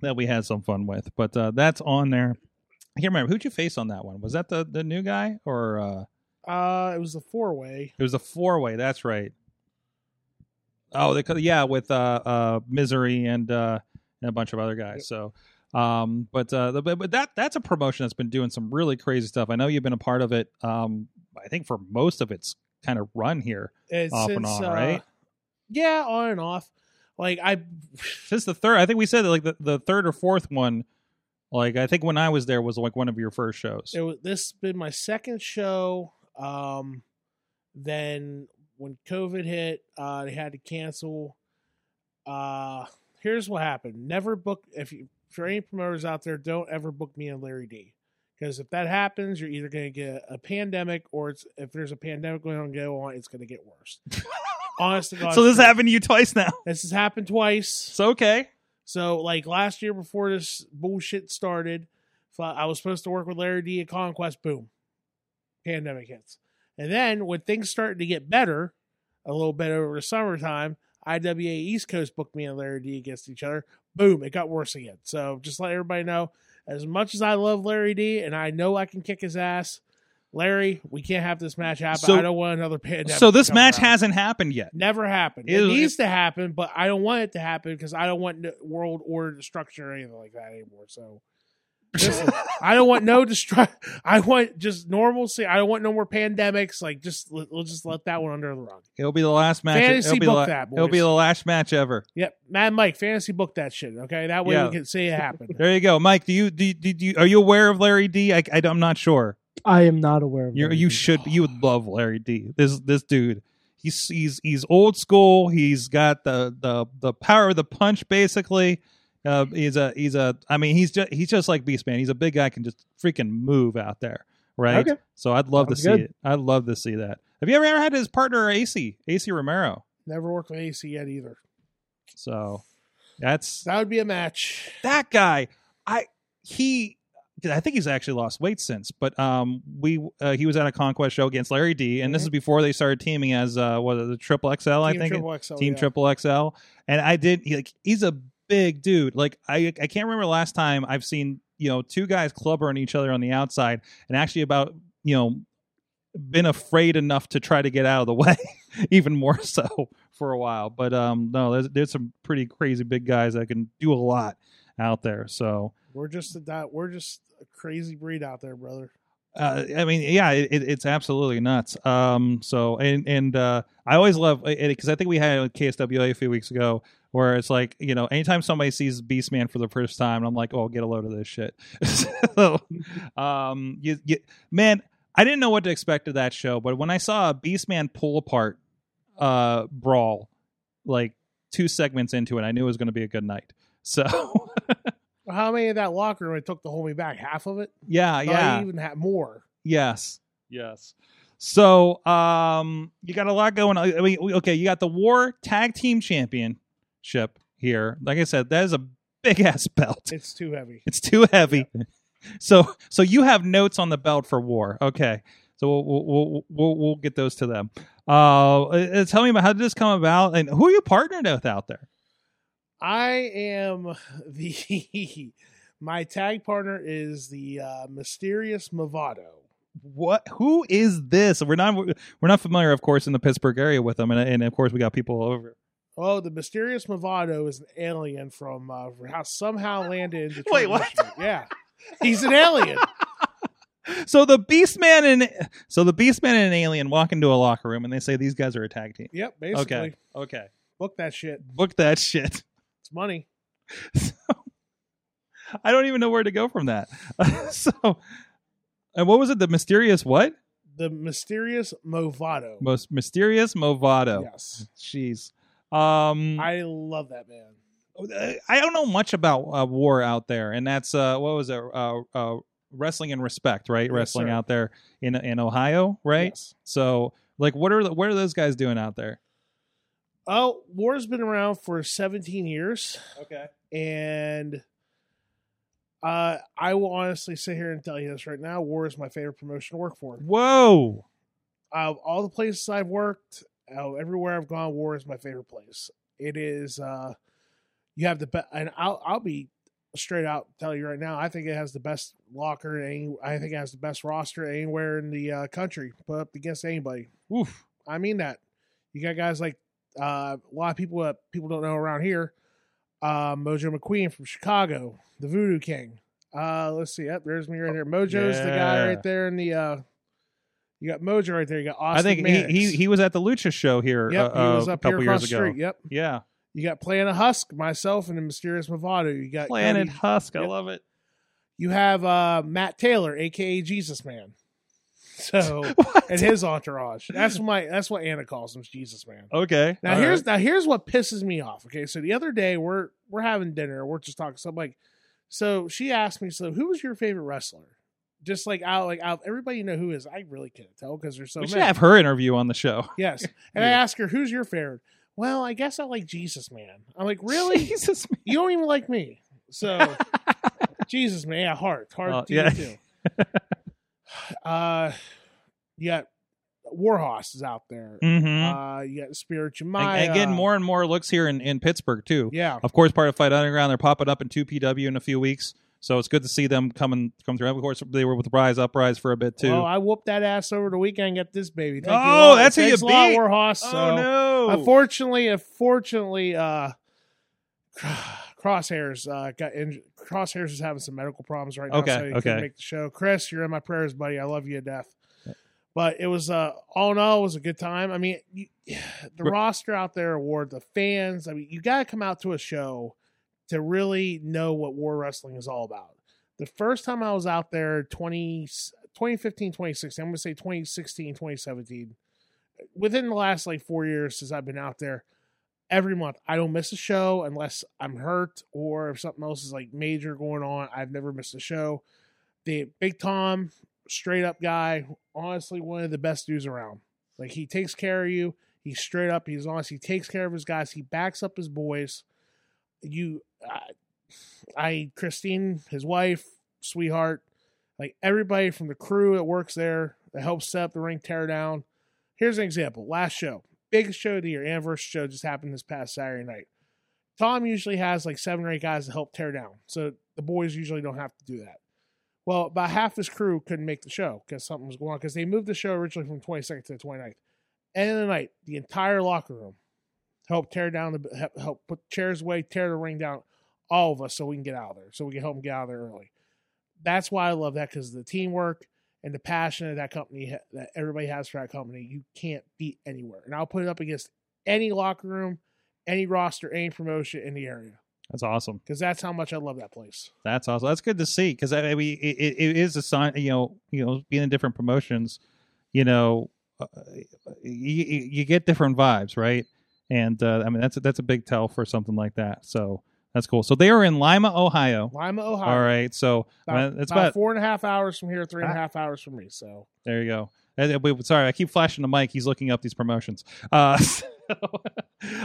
B: that we had some fun with, but uh, that's on there. I can't remember who'd you face on that one. Was that the the new guy or uh,
D: Uh, it was the four way.
B: it was a four way? That's right. Oh, they could, yeah, with uh, uh, misery and uh, and a bunch of other guys. So, um, but uh, the, but but that that's a promotion that's been doing some really crazy stuff. I know you've been a part of it. Um, I think for most of its kind of run here
D: It's
B: Off and on, right?
D: uh, Yeah, on and off. Like I,
B: since the third. I think we said that like the, the third or fourth one. Like I think when I was there was like one of your first shows.
D: it was, this been my second show. Um, then when COVID hit, uh, they had to cancel. Uh, here's what happened. Never book if you for any promoters out there, don't ever book me and Larry D. Because if that happens, you're either going to get a pandemic, or it's if there's a pandemic going on, go on, it's going to
B: *laughs*
D: get worse. Honest to God.
B: so this
D: truth.
B: happened to you twice now. *laughs*
D: This has happened twice.
B: It's okay.
D: So like last year before this bullshit started, so I was supposed to work with Larry D at Conquest. Boom, pandemic hits, and then when things started to get better, a little bit over the summertime, IWA East Coast booked me and Larry D against each other. Boom, it got worse again. So just let everybody know, as much as I love Larry D and I know I can kick his ass, Larry, we can't have this match happen.
B: So-
D: I don't want another *laughs* pandemic.
B: So this
D: to come
B: match
D: around.
B: hasn't happened yet.
D: Never happened.
B: It
D: It,
B: was-
D: needs to happen, but I don't want it to happen because I don't want no world order destruction or anything like that anymore. So
B: *laughs*
D: listen, I don't want no destruction. I want just normalcy. I don't want no more pandemics. Like just let- we'll just let that one under the rug.
B: It'll be the last match.
D: Fantasy
B: it'll be
D: book
B: the, la-
D: that,
B: It'll be
D: boys.
B: the last match ever.
D: Yep, Mad Mike, fantasy book that shit. Okay, that way
B: Yeah.
D: we can see it happen.
B: *laughs* There you go, Mike. Do you do, you- do, you are you aware of Larry D? I, I am not sure.
C: I am not aware of
B: You
C: Larry
B: you
C: D.
B: should you would love Larry D. This this dude. He's he's he's old school. He's got the the the power of the punch basically. Uh, he's a he's a I mean he's just he's just like Beast Man. He's a big guy can just freaking move out there, right?
C: Okay.
B: So I'd love to
C: Sounds
B: see
C: good.
B: it. I'd love to see that. Have you ever ever had his partner AC AC Romero?
D: Never worked with AC yet either.
B: So that's
D: That would be a match.
B: that guy i he i think he's actually lost weight since but um we uh, he was at a conquest show against larry d and this is before they started teaming as uh what the triple xl i
D: Team
B: think
D: Triple XL,
B: team
D: yeah.
B: triple xl and i did he, like he's a big dude like i i can't remember last time i've seen you know two guys clubbering each other on the outside and actually about you know been afraid enough to try to get out of the *laughs* way even more so for a while but um no there's there's some pretty crazy big guys that can do a lot out there so
D: We're just a di- we're just a crazy breed out there, brother.
B: uh, I mean, yeah, it, it- it's absolutely nuts. Um, so and and uh, I always love because I think we had it with KSWA a few weeks ago where it's like you know anytime somebody sees Beastman for the first time, I'm like, oh, get a load of this shit. *laughs* so, um, you, you, man, I didn't know what to expect of that show, but when I saw a Beastman pull apart uh, brawl, like two segments into it, I knew it was going to be a good night. So *laughs*
D: How many of that locker room it took to hold me back? Half of it.
B: yeah,
D: Not
B: Uh, yeah.
D: even ha- more.
B: Yes. Yes. So, um, you got a lot going on. I mean, we- okay, you got the War Tag Team Championship here. Like I said, that is a big *laughs* ass belt.
D: It's too heavy.
B: It's too heavy. So, so you have notes on the belt for War. Okay. So we'll we'll we'll, we'll, we'll get those to them. Uh, uh, tell me about how did this come about, and who are you partnered with out there?
D: I am the *laughs* my tag partner is the uh, mysterious Movado.
B: What? Who is this? We're not we're not familiar, of course, in the Pittsburgh area with them, and and of course we got people all over.
D: Oh, the mysterious Movado is an alien from uh, how somehow landed. In Detroit,
B: Wait, what?
D: Michigan. Yeah, he's
B: *laughs*
D: an alien.
B: So the Beastman and so the Beastman and an alien walk into a locker room and they say these guys are a tag team.
D: Yep, basically
B: Okay. Okay.
D: book that shit.
B: Book that shit. *laughs*
D: It's money.
B: I don't even know where to go from that. *laughs* so and what was it? The mysterious what?
D: The mysterious Movado.
B: Most mysterious Movado.
D: Yes,
B: Jeez. Um I,
D: I love that man.
B: I don't know much about uh, war out there and that's uh what was it? Uh, uh wrestling and respect, right?
D: Yes,
B: wrestling
D: sir.
B: out there in in Ohio, right?
D: Yes.
B: So like what are the, what are those guys doing out there?
D: Oh, war's been around for 17 years,
B: Okay.
D: and uh, I will honestly sit here and tell you this right now: war is my favorite promotion to work for.
B: Whoa.
D: Out of Uh, all the places I've worked, out of everywhere I've gone, war is my favorite place. It is. Uh, you have the best, and I'll I'll be straight out tell you right now. I think it has the best locker. Any, I think it has the best roster anywhere in the uh, country. Put up against anybody.
B: Oof.
D: I mean that. You got guys like uh, a lot of people that people don't know around here. Uh, Mojo McQueen from Chicago, the Voodoo King. Uh, let's see. Yep, there's me right there. Mojo's the guy
B: Yeah.
D: right there in the. Uh, you got Mojo right there. You got Austin.
B: I think he,
D: Mannix.
B: he he was at the Lucha show here
D: Yep,
B: uh,
D: he was
B: uh,
D: up
B: a couple years
D: here across
B: ago.
D: the street. Yep.
B: Yeah.
D: You got Planet Husk, myself, and the Mysterious Movado. You got
B: Planet
D: Cody-
B: Husk. I
D: Yep.
B: love it.
D: You have uh, Matt Taylor, aka Jesus Man. *laughs* So
B: What?
D: *laughs* and his entourage. That's my. That's what Anna calls him, is Jesus Man.
B: *laughs* Okay.
D: Now
B: Oh, All
D: here's
B: right.
D: now here's what pisses me off. Okay, so the other day we're we're having dinner, we're just talking. So I'm like, so she asked me, so who was your favorite wrestler? Just like out like out of everybody you know who is. I really can't tell because there's so
B: we should
D: many.
B: have her interview on the show. *laughs*
D: Yes, and I asked her, who's your favorite? Well, I guess I like Jesus Man. I'm like, *laughs*
B: *laughs*
D: really?
B: Jesus. man.
D: you don't even like me.
B: *laughs*
D: So Jesus Man, yeah, heart, heart,
B: Oh,
D: to
B: yeah.
D: you
B: *laughs*
D: too. Uh, you got Warhorse is out there.
B: Mhm.
D: Uh, you got Spirit Jemima.
B: And, again, more and more looks here in, in Pittsburgh too.
D: Yeah.
B: Of course, part of Fight Underground, they're popping up in two PW in a few weeks, so it's good to see them coming come through. Of course, they were with Rise Uprise for a bit too.
D: Oh, I whooped that ass over the weekend. Got this baby. Thank you
B: Oh,
D: a lot.
B: that's who you
D: Thanks a lot,
B: beat?
D: Warhorse.
B: Oh,
D: So,
B: no!
D: Unfortunately,
B: *sighs*
D: unfortunately, uh, *sighs* Crosshairs uh, got injured. Crosshairs is having some medical problems right now,
B: Okay,
D: so he
B: okay.
D: couldn't make the show. Chris, you're in my prayers, buddy. I love you to death. But it was uh, all in all, it was a good time. I mean, you, *sighs* the
B: Right.
D: roster out there, award the fans. I mean, you got to come out to a show to really know what war wrestling is all about. The first time I was out there, 20, 2015, 2016, I'm going to say 2016, 2017, within the last like four years since I've been out there, every month I don't miss a show unless I'm hurt or if something else is like major going on. I've never missed a show. The Big Tom, straight up guy, honestly one of the best dudes around. Like he takes care of you. He's straight up. He's honest. He takes care of his guys. He backs up his boys. You, I, I Christine, his wife, sweetheart, like everybody from the crew that works there that helps set up the ring tear down. Here's an example. Last show, biggest show of the year, anniversary show just happened this past Saturday night. Tom usually has like seven or eight guys to help tear down, so the boys usually don't have to do that. Well, about half his crew couldn't make the show because something was going on because they moved the show originally from 22nd to the 29th. End of the night, the entire locker room helped tear down the help- help put chairs away, tear the ring down, all of us, so we can get out of there, so we can help them get out of there early. That's why I love that because the teamwork and the passion that that company ha- that everybody has for that company you can't beat anywhere and i'll put it up against any locker room any roster any promotion in the area
B: That's awesome.
D: because that's how much i love that place
B: That's awesome. That's good to see because I, I mean, it, it- it is a sign. You know, you know, being in different promotions, you know, uh, you, you get different vibes, right? And uh, I mean, that's a, that's a big tell for something like that. So that's cool. So they are in Lima, Ohio.
D: lima ohio
B: All right. So
D: about,
B: uh, that's
D: about
B: about,
D: four and a half hours from here three and a
B: Ah.
D: half hours from me so
B: there. You go. And, uh, we- Sorry, I keep flashing the mic. He's looking up these promotions. Uh, *laughs* so,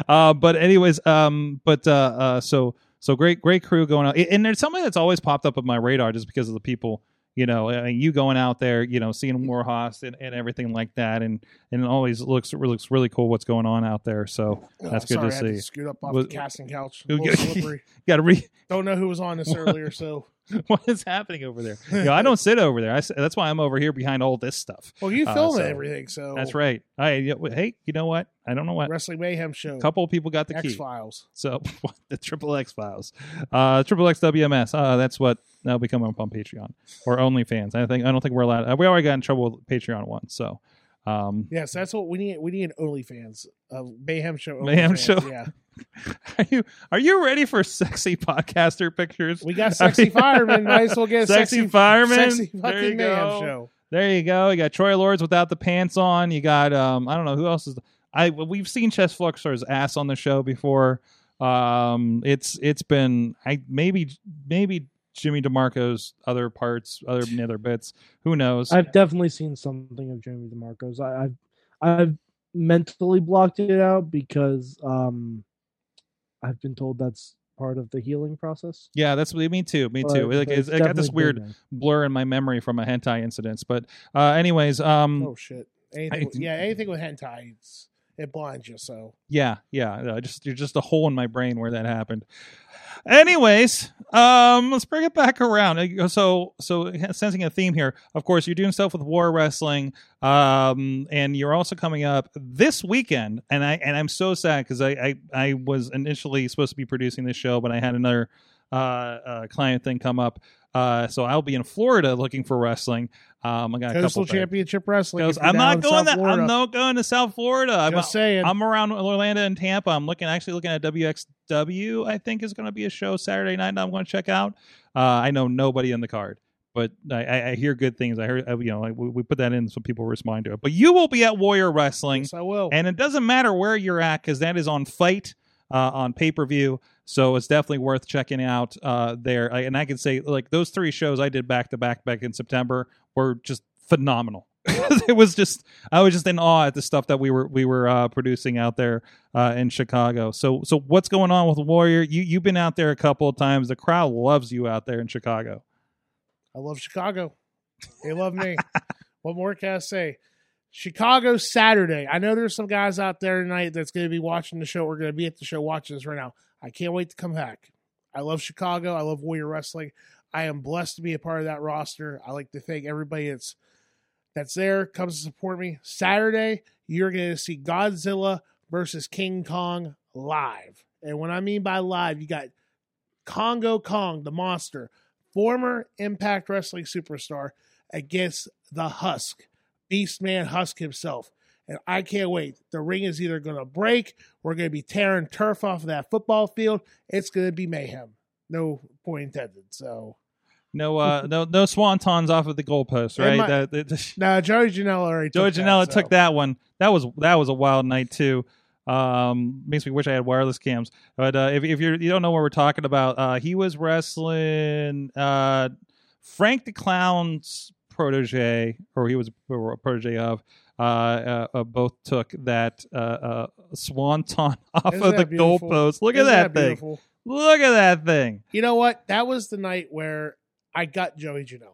B: uh, but anyways, um, but uh, uh, so so great, great crew going out. And there's somebody that's always popped up on my radar just because of the people you know, and you going out there, you know, seeing Warhorse and, and everything like that, and and it always looks looks really cool what's going on out there. So that's
D: Oh,
B: good
D: sorry,
B: to
D: I had
B: see.
D: scoot up off
B: Was-
D: the
B: *laughs*
D: casting couch
B: You
D: A little
B: get-
D: slippery.
B: Got to read
D: don't know who
B: *laughs*
D: was on this earlier so
B: what is happening over
D: *laughs*
B: there. You know, I don't sit over there. I s that's why I'm over here behind all this stuff.
D: well you
B: Uh,
D: film
B: so-
D: everything so
B: That's right. I yeah, well, hey, you know what? I don't know what.
D: wrestling mayhem show
B: A couple people got the
D: x
B: key.
D: files
B: So *laughs* the triple X files, uh, triple X WMS. Uh, that's what that'll become up on Patreon or OnlyFans. I think I don't think we're allowed. uh, We already got in trouble with Patreon once. So um, *laughs*
D: yes that's what we need we need an OnlyFans of mayhem show
B: Mayhem
D: OnlyFans,
B: Show.
D: yeah
B: Are you are you ready for sexy podcaster pictures?
D: We got sexy fireman. Might as well get
B: *laughs*
D: a
B: Sexy
D: sexy,
B: fireman?
D: Sexy
B: There you
D: fucking mayhem
B: go.
D: show.
B: There you go. You got Troy Lords without the pants on. You got um I don't know who else is I we've seen Chess Fluxer's ass on the show before. Um it's it's been I maybe maybe Jimmy DeMarco's other parts, other other bits. Who knows?
C: I've definitely seen something of Jeremy DeMarco's. I, I've I've mentally blocked it out because um, I've been told that's part of the healing process.
B: Yeah, that's what- me too. Me
C: But-
B: too. Like,
C: but
B: it's, I got this
C: definitely been
B: weird
C: there.
B: blur in my memory from a hentai incidents. But uh, anyways, um,
D: Oh shit! Anything,
B: I-
D: yeah, anything with hentai, it's, it blinds you. So
B: yeah, yeah. Uh, just you're just a hole in my brain where that happened. Anyways, um, let's bring it back around. Uh, So, so sensing a theme here. Of course, you're doing stuff with war wrestling, um, and you're also coming up this weekend. And I and I'm so sad because I, I I was initially supposed to be producing this show, but I had another uh, uh client thing come up. Uh, so I'll be in Florida looking for wrestling. Um, I got a couple
D: coastal
B: things.
D: championship wrestling.
B: Goes,
D: if you're
B: I'm
D: down in
B: not going
D: South
B: that.
D: Florida,
B: I'm not going to South Florida. I'm,
D: Just saying.
B: I'm around Orlando and Tampa. I'm looking actually looking at WXW. I think is going to be a show Saturday night that I'm going to check out. Uh, I know nobody on the card, but I, I, I hear good things. I heard you know like, we, we put that in so people respond to it. But you will be at Warrior Wrestling,
D: yes, I will.
B: and it doesn't matter where you're at because that is on Fight uh, on pay per view. So it's definitely worth checking out uh, there. I, and I can say like those three shows I did back to back back in September were just phenomenal. *laughs* it was just I was just in awe at the stuff that we were we were uh, producing out there uh, in Chicago. So so what's going on with Warrior? You you've been out there a couple of times. The crowd loves you out there in Chicago.
D: I love Chicago. They love me. *laughs* what more can I say? Chicago Saturday. I know there's some guys out there tonight that's going to be watching the show. We're going to be at the show watching this right now. I can't wait to come back. I love Chicago. I love Warrior Wrestling. I am blessed to be a part of that roster. I like to thank everybody that's that's there comes to support me. Saturday, you're going to see Godzilla versus King Kong live. And when I mean by live, you got Congo Kong, the monster, former Impact Wrestling superstar against the Husk, Beastman Husk himself. And I can't wait. The ring is either going to break, we're going to be tearing turf off of that football field. It's going to be mayhem. No point intended. So,
B: No uh no no swantons off of the goalpost,
D: They
B: right?
D: might-
B: That- that-
D: now Joey Janela
B: *laughs*
D: already
B: Joey
D: took
B: Janela
D: that, so.
B: took that one. That was that was a wild night too. Um, makes me wish I had wireless cams. But uh, if if you're, you don't know what we're talking about, uh, he was wrestling uh, Frank the Clown's protege, or he was a protege of. Uh, uh, uh, both took that uh, uh, swanton *laughs* off
D: Isn't
B: of the
D: that beautiful?
B: goalpost. Look
D: Isn't
B: at that, thing.
D: beautiful?
B: Look at that thing.
D: You know what? That was the night where I got Joey Janela.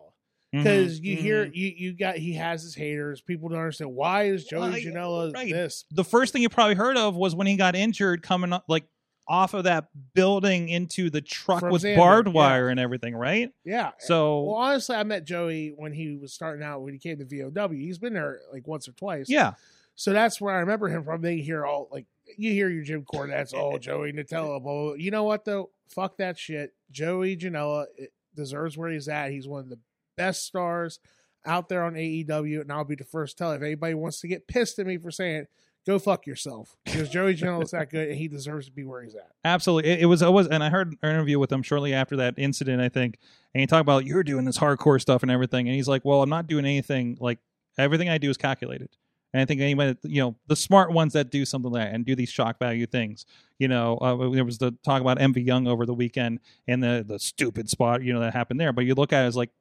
B: Mhm.
D: because you hear
B: Mhm.
D: you you got he has his haters. People don't understand why is Joey
B: Why-
D: Janela
B: right.
D: this?
B: the first thing you probably heard of was when he got injured coming up like off of that building into the truck
D: From
B: with
D: Xander,
B: barbed
D: yeah.
B: wire and everything, right?
D: Yeah.
B: So
D: well, honestly, I met Joey when he was starting out when he came to VOW. He's been there like once or twice.
B: yeah,
D: So that's where I remember him from. They hear all like you hear your Jim Cornette's, oh Joey Nutella, blah, blah, blah. You know what though? Fuck that shit. Joey Janela it deserves where he's at. He's one of the best stars out there on AEW, and I'll be the first to tell you, if anybody wants to get pissed at me for saying it, go fuck yourself because Joey Janela's that good and he deserves to be where he's at.
B: absolutely. It, it was always, and I heard an interview with him shortly after that incident, I think, and he talked about you're doing this hardcore stuff and everything, and he's like, well, I'm not doing anything like everything I do is calculated. And I think anybody, you know, the smart ones that do something like that and do these shock value things, you know, uh, there was the talk about MV Young over the weekend and the the stupid spot, you know, that happened there. But you look at it as like,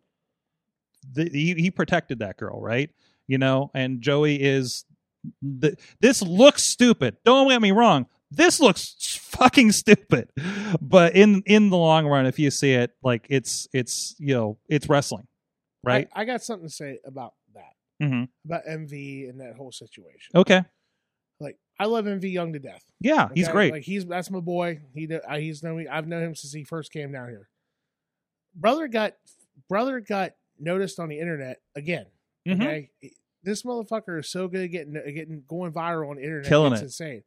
B: the, he, he protected that girl, right? You know, and Joey is. The, this looks stupid. Don't get me wrong. This looks fucking stupid, but in in the long run, if you see it, like it's it's you know it's wrestling, right?
D: I, I got something to say about that,
B: hmm
D: about MV and that whole situation.
B: Okay,
D: Like I love MV Young to death.
B: yeah, Uh, he's
D: Okay?
B: great.
D: Like he's that's my boy. He kn- I- he's known me. I've known him since he first came down here. Brother got brother got noticed on the internet again.
B: Mhm.
D: Okay, this motherfucker is so good at getting at getting going viral on the internet.
B: Killing
D: it's
B: it.
D: insane.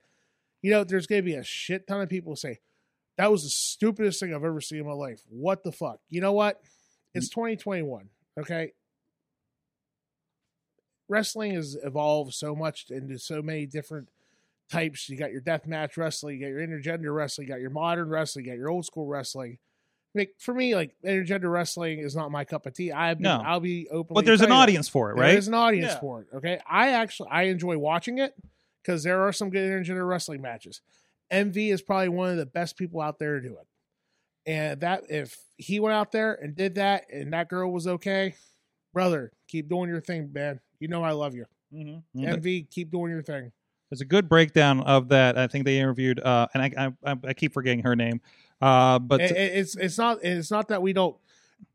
D: You know, there's gonna be a shit ton of people say that was the stupidest thing I've ever seen in my life. What the fuck? You know what? It's
B: Mm.
D: 2021. Okay. Wrestling has evolved so much into so many different types. You got your deathmatch wrestling, you got your intergender wrestling, you got your modern wrestling, you got your old school wrestling. Like for me, like intergender wrestling is not my cup of tea. I
B: No.
D: I'll be open.
B: But there's an audience for it, right?
D: There's an audience
B: Yeah.
D: for it. Okay, I actually I enjoy watching it because there are some good intergender wrestling matches. MV is probably one of the best people out there to do it, and that if he went out there and did that, and that girl was okay, brother, keep doing your thing, man. You know I love you.
B: Mhm.
D: MV, keep doing your thing.
B: There's a good breakdown of that. I think they interviewed, uh, and I, I I- I keep forgetting her name, uh, but
D: It- it- it's it's not it's not that we don't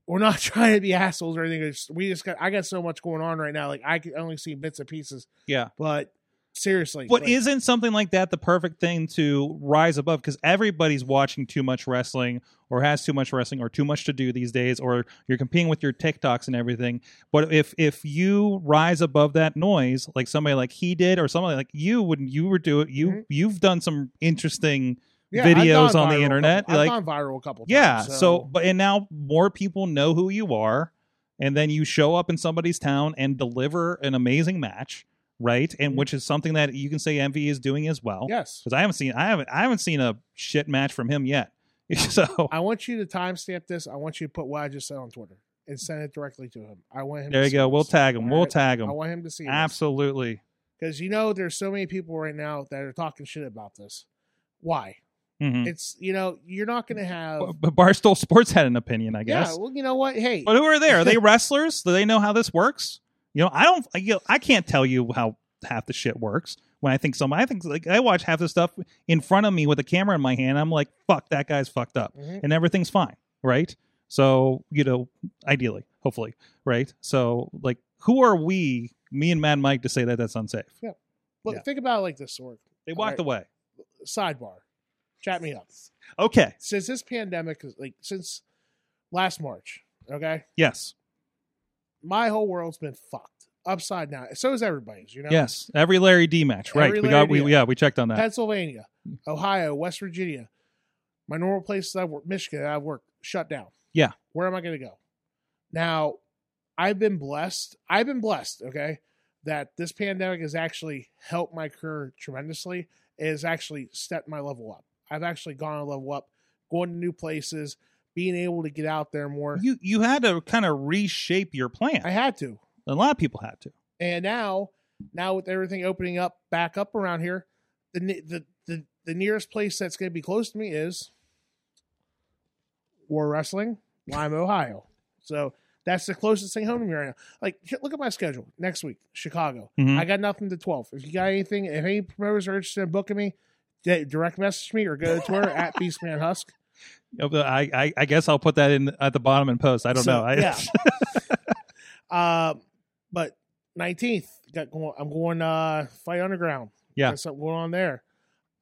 D: we're not *laughs* trying to be assholes or anything. It's- we just got I got so much going on right now. Like I can only see bits and pieces.
B: yeah.
D: But seriously,
B: But
D: like,
B: isn't something like that the perfect thing to rise above? Because everybody's watching too much wrestling, or has too much wrestling, or too much to do these days, or you're competing with your TikToks and everything. But if if you rise above that noise, like somebody like he did, or somebody like you, when you were doing, you
D: Mhm.
B: you've done some interesting
D: yeah, I've
B: videos
D: gone
B: on the
D: viral a
B: internet,
D: couple- I've
B: like-
D: gone viral a couple. Times,
B: Yeah. So. but and now more people know who you are, and then you show up in somebody's town and deliver an amazing match, right? And which is something that you can say Envy is doing as well.
D: Mm-hmm. yes,
B: Because I haven't seen I haven't I haven't seen a shit match from him yet. *laughs* so
D: I want you to timestamp this. I want you to put what I just said on Twitter and send it directly to him. I want him.
B: there
D: to
B: you
D: see
B: go.
D: this.
B: We'll tag him.
D: All
B: We'll
D: right?
B: tag
D: I
B: him.
D: want him to see. this.
B: Absolutely.
D: because you know there's so many people right now that are talking shit about this. Why?
B: Mhm.
D: It's you know you're not going to have.
B: But- But Barstool Sports had an opinion, I guess.
D: Yeah, well, you know what? Hey,
B: But who are they? Are
D: *laughs*
B: they wrestlers? Do they know how this works? You know, I don't. I, you know, I can't tell you how half the shit works. When I think some, I think like I watch half the stuff in front of me with a camera in my hand. I'm like, fuck, that guy's fucked up,
D: Mhm.
B: and everything's fine, right? So you know, ideally, hopefully, right? So like, who are we, me and Mad Mike, to say that that's unsafe?
D: look,
B: yeah.
D: think about it like this, Sorg.
B: They walked away.
D: Sidebar, chat me up.
B: Okay.
D: Since this pandemic is like since last March, okay,
B: Yes.
D: my whole world's been fucked upside down. So is everybody's. You know,
B: Yes. Every Larry D match, right?
D: Every
B: we
D: Larry
B: got. We
D: D.
B: yeah. We checked on that.
D: Pennsylvania, Ohio, West Virginia, my normal places I work, Michigan, I work, shut down.
B: Yeah.
D: Where am I going to go? Now, I've been blessed. I've been blessed, okay, that this pandemic has actually helped my career tremendously. It has actually stepped my level up. I've actually gone a level up, going to new places, being able to get out there more.
B: you you had to kind of reshape your plan.
D: I had to.
B: a lot of people had to.
D: And now, now with everything opening up back up around here, the ne- the the, the nearest place that's going to be close to me is War Wrestling, Lime, Ohio. So that's the closest thing home to me right now. Like, sh- look at my schedule next week, Chicago.
B: Mhm.
D: I got nothing to 12. If you got anything, if any promoters are interested in booking me, di- direct message me or go to Twitter at Beastman Husk.
B: Yeah, but Oh, I, I I guess I'll put that in at the bottom and post. I don't
D: So,
B: know. I,
D: yeah. Um, but 19th, got going, I'm going uh Fight Underground.
B: Yeah.
D: Got something going on there.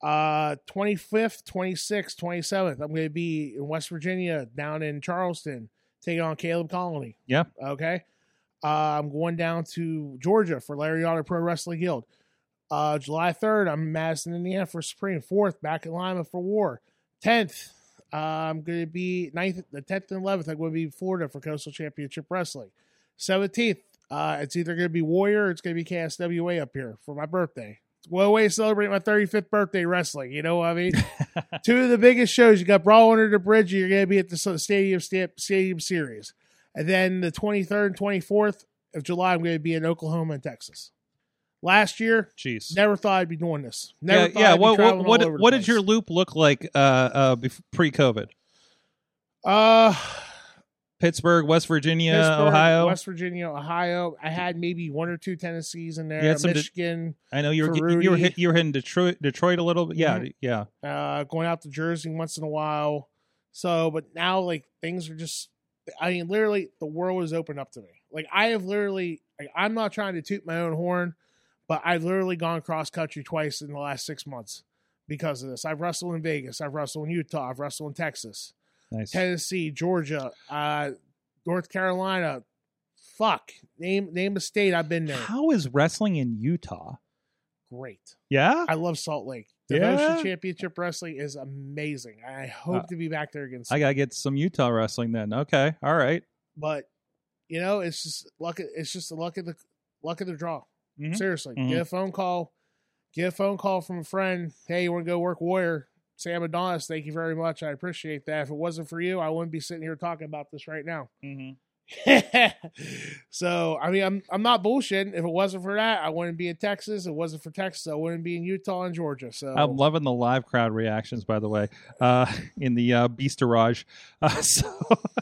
D: Uh 25th, 26th, 27th, I'm going to be in West Virginia down in Charleston taking on Caleb Colony.
B: Yeah.
D: Okay. Uh, I'm going down to Georgia for Larry Otter Pro Wrestling Guild. Uh, July 3rd, I'm in Madison, Indiana for Supreme. 4th, back in Lima for War. 10th, uh, I'm going to be 9th, the 10th and 11th, I'm going to be in Florida for Coastal Championship Wrestling. 17th, uh, it's either going to be Warrior or it's going to be KSWA up here for my birthday. It's one way to celebrate my 35th birthday wrestling. You know what
B: *laughs*
D: I mean? Two of the biggest shows. You got Brawl Under the Bridge. and You're going to be at the s- Stadium sta- Stadium Series. And then the 23rd and 24th of July, I'm going to be in Oklahoma and Texas. Last year,
B: *laughs* Jeez.
D: never thought I'd be doing this.
B: Yeah,
D: Never thought
B: yeah.
D: I'd be
B: What
D: traveling
B: what
D: all
B: what,
D: over the
B: what did
D: place.
B: your loop look like uh uh bef- pre-COVID?
D: uh
B: Pittsburgh, West Virginia,
D: Pittsburgh,
B: Ohio.
D: West Virginia, Ohio. I had maybe one or two Tennessees in
B: You
D: there.
B: had some di-
D: Michigan,
B: I know you were getting- you were
D: Ferruti.
B: hit, you were hitting Detroit Detroit a little bit. Yeah,
D: Mhm.
B: yeah.
D: uh, going out to Jersey once in a while. So, but now like things are just, I mean, literally the world is opened up to me. Like I have literally, like, I'm not trying to toot my own horn, but I've literally gone cross country twice in the last six months because of this. I've wrestled in Vegas. I've wrestled in Utah. I've wrestled in Texas.
B: Nice.
D: Tennessee, Georgia, uh, North Carolina. Fuck, name name a state I've been there.
B: How is wrestling in Utah?
D: Great.
B: Yeah.
D: I love Salt Lake.
B: Yeah. Uh,
D: Devotion Championship Wrestling is amazing. I hope to be back there again.
B: I
D: Soon.
B: gotta get some Utah wrestling then. Okay. All right.
D: but you know, it's just luck. It's just the luck of the luck of the draw.
B: Mhm.
D: Seriously,
B: Mhm.
D: get a phone call. Get a phone call from a friend. Hey, you want to go work Warrior? Sam Adonis, thank you very much. I appreciate that. If it wasn't for you, I wouldn't be sitting here talking about this right now. *laughs* so I mean, I'm I'm not bullshitting. If it wasn't for that, I wouldn't be in Texas. If it wasn't for Texas, I wouldn't be in Utah and Georgia. So
B: I'm loving the live *laughs* crowd reactions, by the way, uh, in the uh, Beasterage. Uh, so,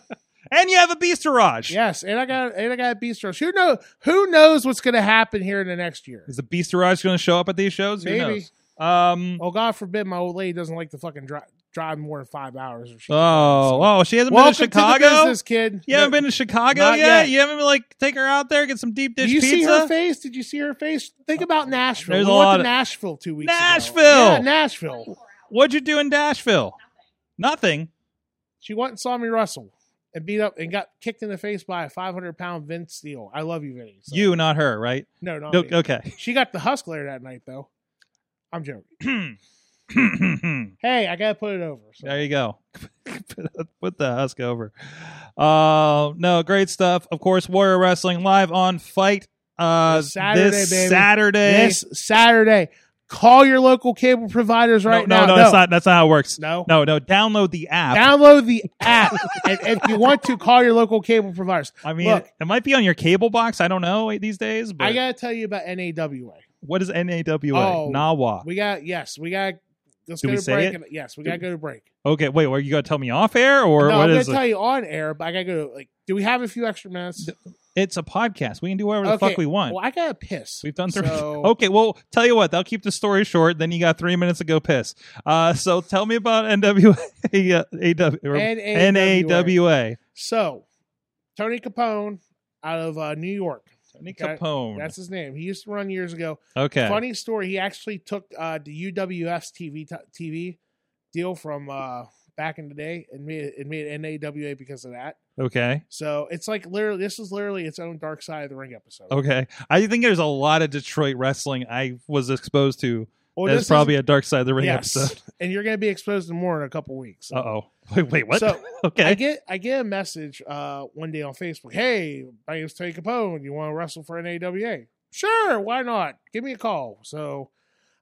B: *laughs* and you have a Beasterage.
D: Yes, and I got and I got Beast Rush. Who know who knows what's going to happen here in the next year?
B: Is the Beasterage going to show up at these shows? Who
D: Maybe.
B: knows? Um,
D: Oh God forbid my old lady doesn't like to fucking drive drive more than five hours or shit.
B: oh, oh, she hasn't
D: welcome
B: been to
D: to the
B: Chicago.
D: business, kid.
B: you haven't been to Chicago
D: Not
B: yet?
D: yet.
B: You haven't been like take her out there, get some deep dish
D: Did you
B: pizza.
D: see her face? Did you see her face? Think about Nashville.
B: There's
D: we
B: a
D: went
B: lot
D: to
B: of-
D: Nashville two weeks
B: Nashville!
D: ago. Yeah, Nashville.
B: What'd you do in Nashville? Nothing.
D: She went and saw me wrestle and beat up and got kicked in the face by a 500 pound Vince Steele. I love you, Vinny. So-
B: You, not her, right?
D: No, not
B: No-
D: me.
B: okay. *clears throat*
D: She got the Huskler that night, though. I'm joking. Hey, I gotta put it over. So.
B: There you go. *laughs* Put the husk over. Uh, no, great stuff. Of course, Warrior Wrestling live on Fight uh,
D: This Saturday,
B: this
D: baby.
B: Saturday.
D: This Saturday, call your local cable providers
B: No,
D: right
B: no,
D: now.
B: no, that's not that's not how it works.
D: No.
B: No, no, download the app.
D: Download the app, and if you want to, call your local
B: *laughs*
D: cable providers.
B: I mean,
D: Look.
B: it might be on your cable box. I don't know these days. But
D: I gotta tell you about NAWA.
B: what is NAWA?
D: Oh,
B: Nawa.
D: We got yes, we got. Let's
B: Do
D: go
B: we
D: to
B: say
D: break.
B: it?
D: and- yes, we gotta go to break.
B: okay, wait. What you gotta tell me off air or
D: no,
B: what
D: I'm
B: is
D: gonna
B: it?
D: tell you on air, but I gotta go. Like, do we have a few extra minutes?
B: It's a podcast. We can do whatever the
D: Okay,
B: fuck we want.
D: Well, I gotta piss.
B: We've done three. *laughs*
D: So-
B: Okay, well, tell you what, that'll keep the story short. Then you got three minutes to go piss. Uh, so tell me about NWA, uh, AW, or NAWA.
D: So, Tony Capone out of uh, New York.
B: Tony
D: Okay.
B: Capone.
D: That's his name. He used to run years ago.
B: okay.
D: Funny story. He actually took uh, the UWF's TV t- TV deal from uh, back in the day and made it, it made NAWA because of that.
B: Okay.
D: So it's like literally this is literally its own Dark Side of the Ring episode.
B: Okay. I think there's a lot of Detroit wrestling I was exposed to.
D: Well,
B: That's
D: this
B: probably
D: is-
B: a Dark Side of the Ring
D: yes,
B: episode.
D: and you're going to be exposed to more in a couple weeks.
B: Uh oh. *laughs* Wait, wait, what?
D: So, I
B: okay.
D: get I get a message uh, one day on Facebook. Hey, my name's Tony Capone. You want to wrestle for an AWA? Sure, why not? Give me a call. So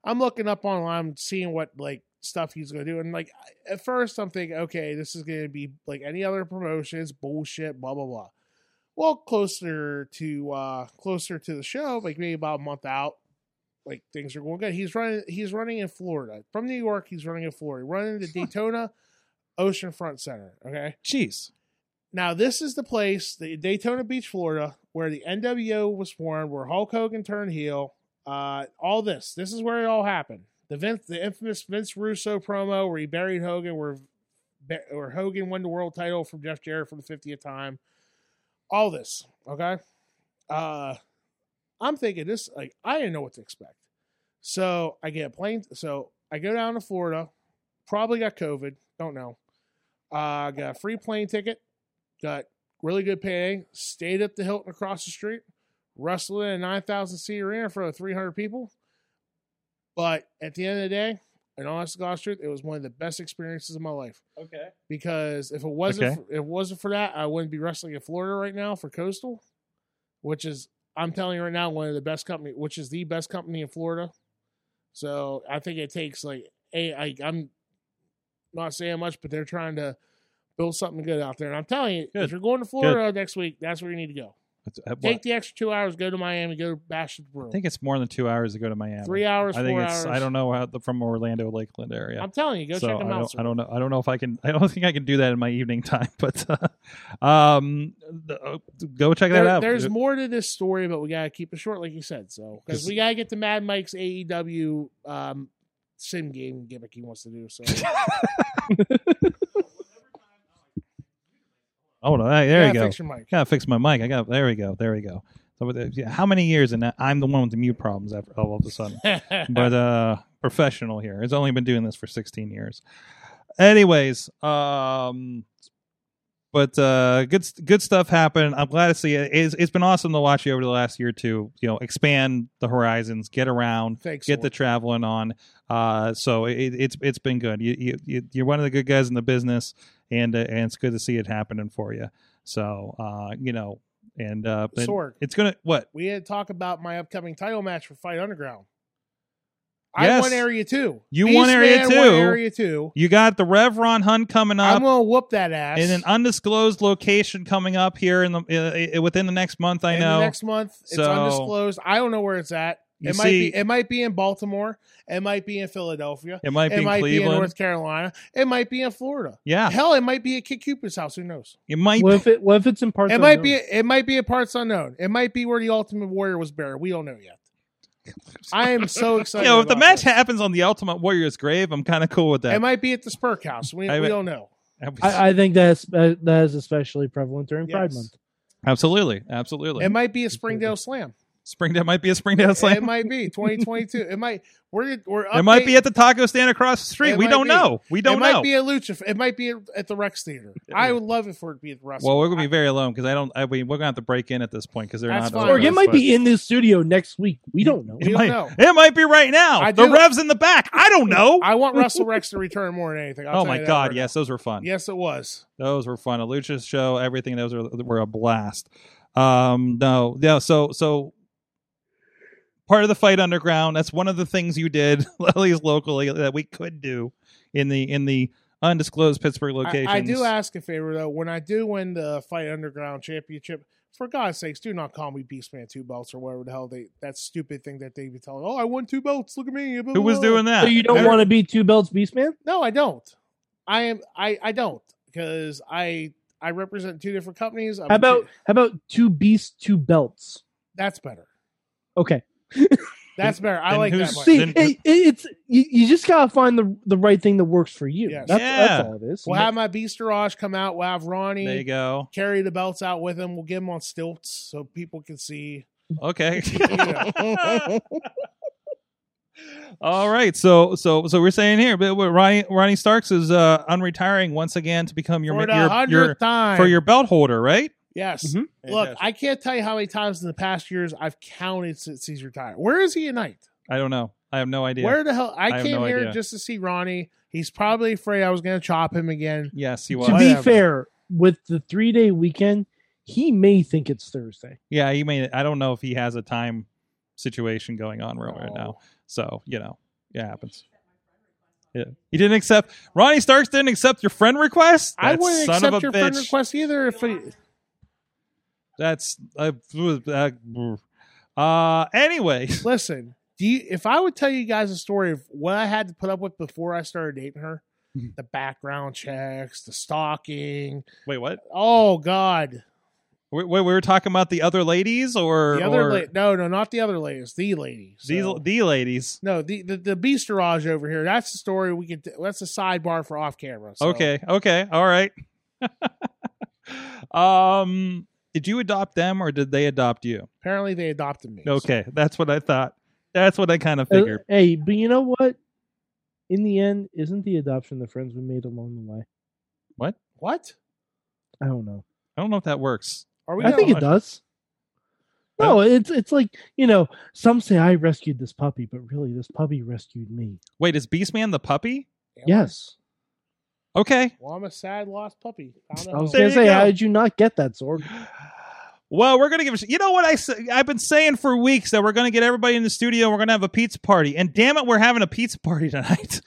D: I'm looking up online, seeing what like stuff he's gonna do, and like I- at first I'm thinking, okay, this is gonna be like any other promotions, bullshit, blah blah blah. Well, closer to uh closer to the show, like maybe about a month out, like things are going good. He's running he's running in Florida. From New York, he's running in Florida, running to Daytona Oceanfront Center. Okay.
B: Jeez.
D: Now, this is the place, the Daytona Beach, Florida, where the NWO was formed, where Hulk Hogan turned heel. Uh, all this, this is where it all happened. The Vince, the infamous Vince Russo promo where he buried Hogan, where, where Hogan won the world title from Jeff Jarrett for the 50th time. All this, okay. Uh, I'm thinking this, like, I didn't know what to expect. So I get a plane. So I go down to Florida. Probably got COVID. Don't know. Uh, got a free plane ticket got really good pay, stayed at the Hilton across the street, wrestled in a 9,000 seat arena for 300 people. But at the end of the day, and honest to God's truth, it was one of the best experiences of my life.
B: Okay.
D: Because if it wasn't
B: Okay.
D: for, if it wasn't for that, I wouldn't be wrestling in Florida right now for Coastal, which is I'm telling you right now one of the best company, which is the best company in Florida. So I think it takes like a I, I'm not saying much, but they're trying to build something good out there. And I'm telling you,
B: Good.
D: if you're going to Florida next week, that's where you need to go.
B: That's- uh, what?
D: Take the extra two hours, go to Miami, go to Bash Brew.
B: I think it's more than two hours to go to Miami.
D: Three hours,
B: I think
D: four
B: it's,
D: hours.
B: I don't know how the, from Orlando, Lakeland area.
D: I'm telling you, go
B: so
D: check them
B: I
D: out.
B: don't,
D: sir.
B: I don't know. I don't know if I can. *laughs* I don't think I can do that in my evening time. *laughs* But uh, um, the, uh, go check
D: There-
B: that out.
D: There's more to this story, but we gotta keep it short, like you said. So because
B: This-
D: we gotta get the Mad Mike's AEW um, sim game gimmick he wants to do.
B: *laughs*
D: So
B: oh no! hey, there
D: gotta
B: you go.
D: Fix your mic.
B: Gotta fix my mic. I got. There we go. There we go. So, with the- yeah, how many years and I'm the one with the mute problems after all of a sudden.
D: *laughs*
B: but uh, professional here. It's only been doing this for 16 years. Anyways, um, but uh, good good stuff happened. I'm glad to see it. It's, it's been awesome to watch you over the last year to you know expand the horizons, get around,
D: Thanks.
B: get the traveling on. Uh, so it, it's it's been good. You, you- you you're one of the good guys in the business, and uh, and it's good to see it happening for you. So uh, you know, and uh, but
D: Sorg.
B: it's gonna what
D: We had to talk about my upcoming title match for Fight Underground. I
B: Yes.
D: won Area Two.
B: You won Area
D: Beastman
B: Two.
D: won Area Two.
B: you got the Rev Ron Hunt coming up.
D: I'm gonna whoop that ass.
B: in an undisclosed location coming up here in the uh, uh, within the next month. I
D: And
B: know.
D: the next month it's
B: So-
D: undisclosed. I don't know where it's at.
B: You
D: it might
B: see,
D: be it might be in Baltimore. It might be in Philadelphia.
B: it might be
D: it
B: in
D: might be in
B: Cleveland.
D: North Carolina. It might be in Florida.
B: yeah,
D: Hell, it might be at Kid Cooper's house. Who knows?
B: it might.
C: What if it? What if it's in parts?
D: it might
C: unknown?
D: be it might be at parts unknown. It might be where the Ultimate Warrior was buried. We don't know yet. I
B: *laughs*
D: am so
B: you
D: excited.
B: know, if the
D: about
B: match
D: this.
B: happens on the Ultimate Warrior's grave, I'm kind of cool with
D: it
B: that.
D: might be at the Spurk House. We,
B: I
D: we
B: bet-
D: don't know.
C: I, I think that's that that is especially prevalent during Pride
D: Yes.
C: Month.
B: absolutely, absolutely.
D: It might be a Springdale Slam.
B: Springdale might be a Springdale slam.
D: It
B: *laughs*
D: might be 2022. It might we're we're
B: It might
D: update-
B: be at the taco stand across the street.
D: It
B: We
D: might
B: don't
D: be.
B: know. We don't
D: it might
B: know.
D: be at Lucha. It might be at the Rex Theater. I would love it for it to be at the Rex.
B: well, we're *laughs* gonna be very alone because I don't. I mean, we're gonna have to break in at this point because they're
D: That's
B: not.
D: fine.
B: over
C: Or it
B: this,
C: might
B: but-
C: be in this studio next week. We don't know.
D: We don't
B: might-
D: know.
B: *laughs* It might be right now.
D: I
B: the
D: do-
B: revs in the back. I don't know.
D: I want Russell Rex to return more than anything. I'll
B: oh
D: tell you
B: my
D: that
B: god,
D: right
B: yes, those were fun.
D: now. Yes, it was.
B: Those were fun. A Lucha show, everything. Those were were a blast. Um, no, yeah. So so part of the fight underground. That's one of the things you did, *laughs* at least locally, that we could do in the in the undisclosed Pittsburgh
D: I,
B: locations.
D: I do ask a favor though. When I do win the Fight Underground Championship, for God's sakes, do not call me Beastman two belts or whatever the hell they that stupid thing that they be telling. Oh, I won two belts. Look at me.
B: Who was doing that?
C: So you don't want to be two belts beast man?
D: No, I don't. I am. I I don't because I I represent two different companies. I'm
C: How about how about two beasts, two belts?
D: that's better.
C: Okay.
D: That's better. I
B: then
D: like that.
B: who's-
D: Much.
C: See,
B: Then-
C: it, it- it's you, you just gotta find the the right thing that works for you.
D: Yes.
C: That's, that's
B: Yeah.
C: all it is.
D: We'll have my Beasterage come out. We'll have Ronnie
B: There you go.
D: carry the belts out with him. We'll get him on stilts so people can see. *laughs*
B: Okay. *laughs*
D: Yeah.
B: All right, so so so we're saying here, but what Ronnie Ronnie Starks is uh, unretiring once again to become your
D: for the
B: your, your
D: hundredth time.
B: for your Mm-hmm. belt holder, right?
D: yes.
C: Mhm.
D: Look, I can't tell you how many times in the past years I've counted since he's retired. Where is he tonight?
B: I don't know. I have no idea.
D: Where the hell? I,
B: I have
D: came
B: no
D: here
B: idea.
D: just to see Ronnie. He's probably afraid I was going to chop him again.
B: Yes, he
C: to
B: was.
D: Why-
C: be
D: Whatever.
C: fair, with the three day weekend, he may think it's Thursday.
B: Yeah, he made it. I don't know if he has a time situation going on right, right now. So you know, yeah, it happens. Yeah, he didn't accept. Ronnie Starks didn't accept your friend request.
D: I
B: That
D: wouldn't
B: son of
D: accept
B: a
D: your
B: bitch.
D: friend request either. If he,
B: That's uh, uh, uh anyway. *laughs*
D: listen, do you, if I would tell you guys a story of what I had to put up with before I started dating her,
B: Mm-hmm.
D: the background checks, the stalking.
B: Wait, what?
D: Oh God,
B: We, we we were talking about the other ladies or
D: the other
B: or
D: la- no, no, not the other ladies, the lady.
B: these
D: So-
B: the ladies.
D: no, the the, the beasterage over here. That's the story we could. That's a sidebar for off camera. so.
B: Okay, okay, all right. *laughs* um, did you adopt them or did they adopt you?
D: Apparently they adopted me. so-
B: Okay, that's what I thought. That's what I kind of
C: Uh,
B: figured.
C: hey, but you know what? In the end, isn't the adoption the friends we made along the way?
D: What?
C: I don't know.
B: I don't know if that works.
D: Are we?
C: I
D: not-
C: think
B: I-
C: it does.
B: I-
C: No, it's it's like you know. Some say I rescued this puppy, but really, this puppy rescued me.
B: Wait, is Beastman the puppy?
D: Am I-
C: Yes,
B: Okay.
D: Well, I'm a sad lost puppy. Found
C: I was
D: out.
B: There
C: gonna
B: you
C: say,
B: go.
C: how did you not get that sword?
B: Well, we're gonna give. A sh- you know what I say? I've been saying for weeks that we're gonna get everybody in the studio. We're gonna have a pizza party, and damn it, we're having a pizza party *laughs* tonight.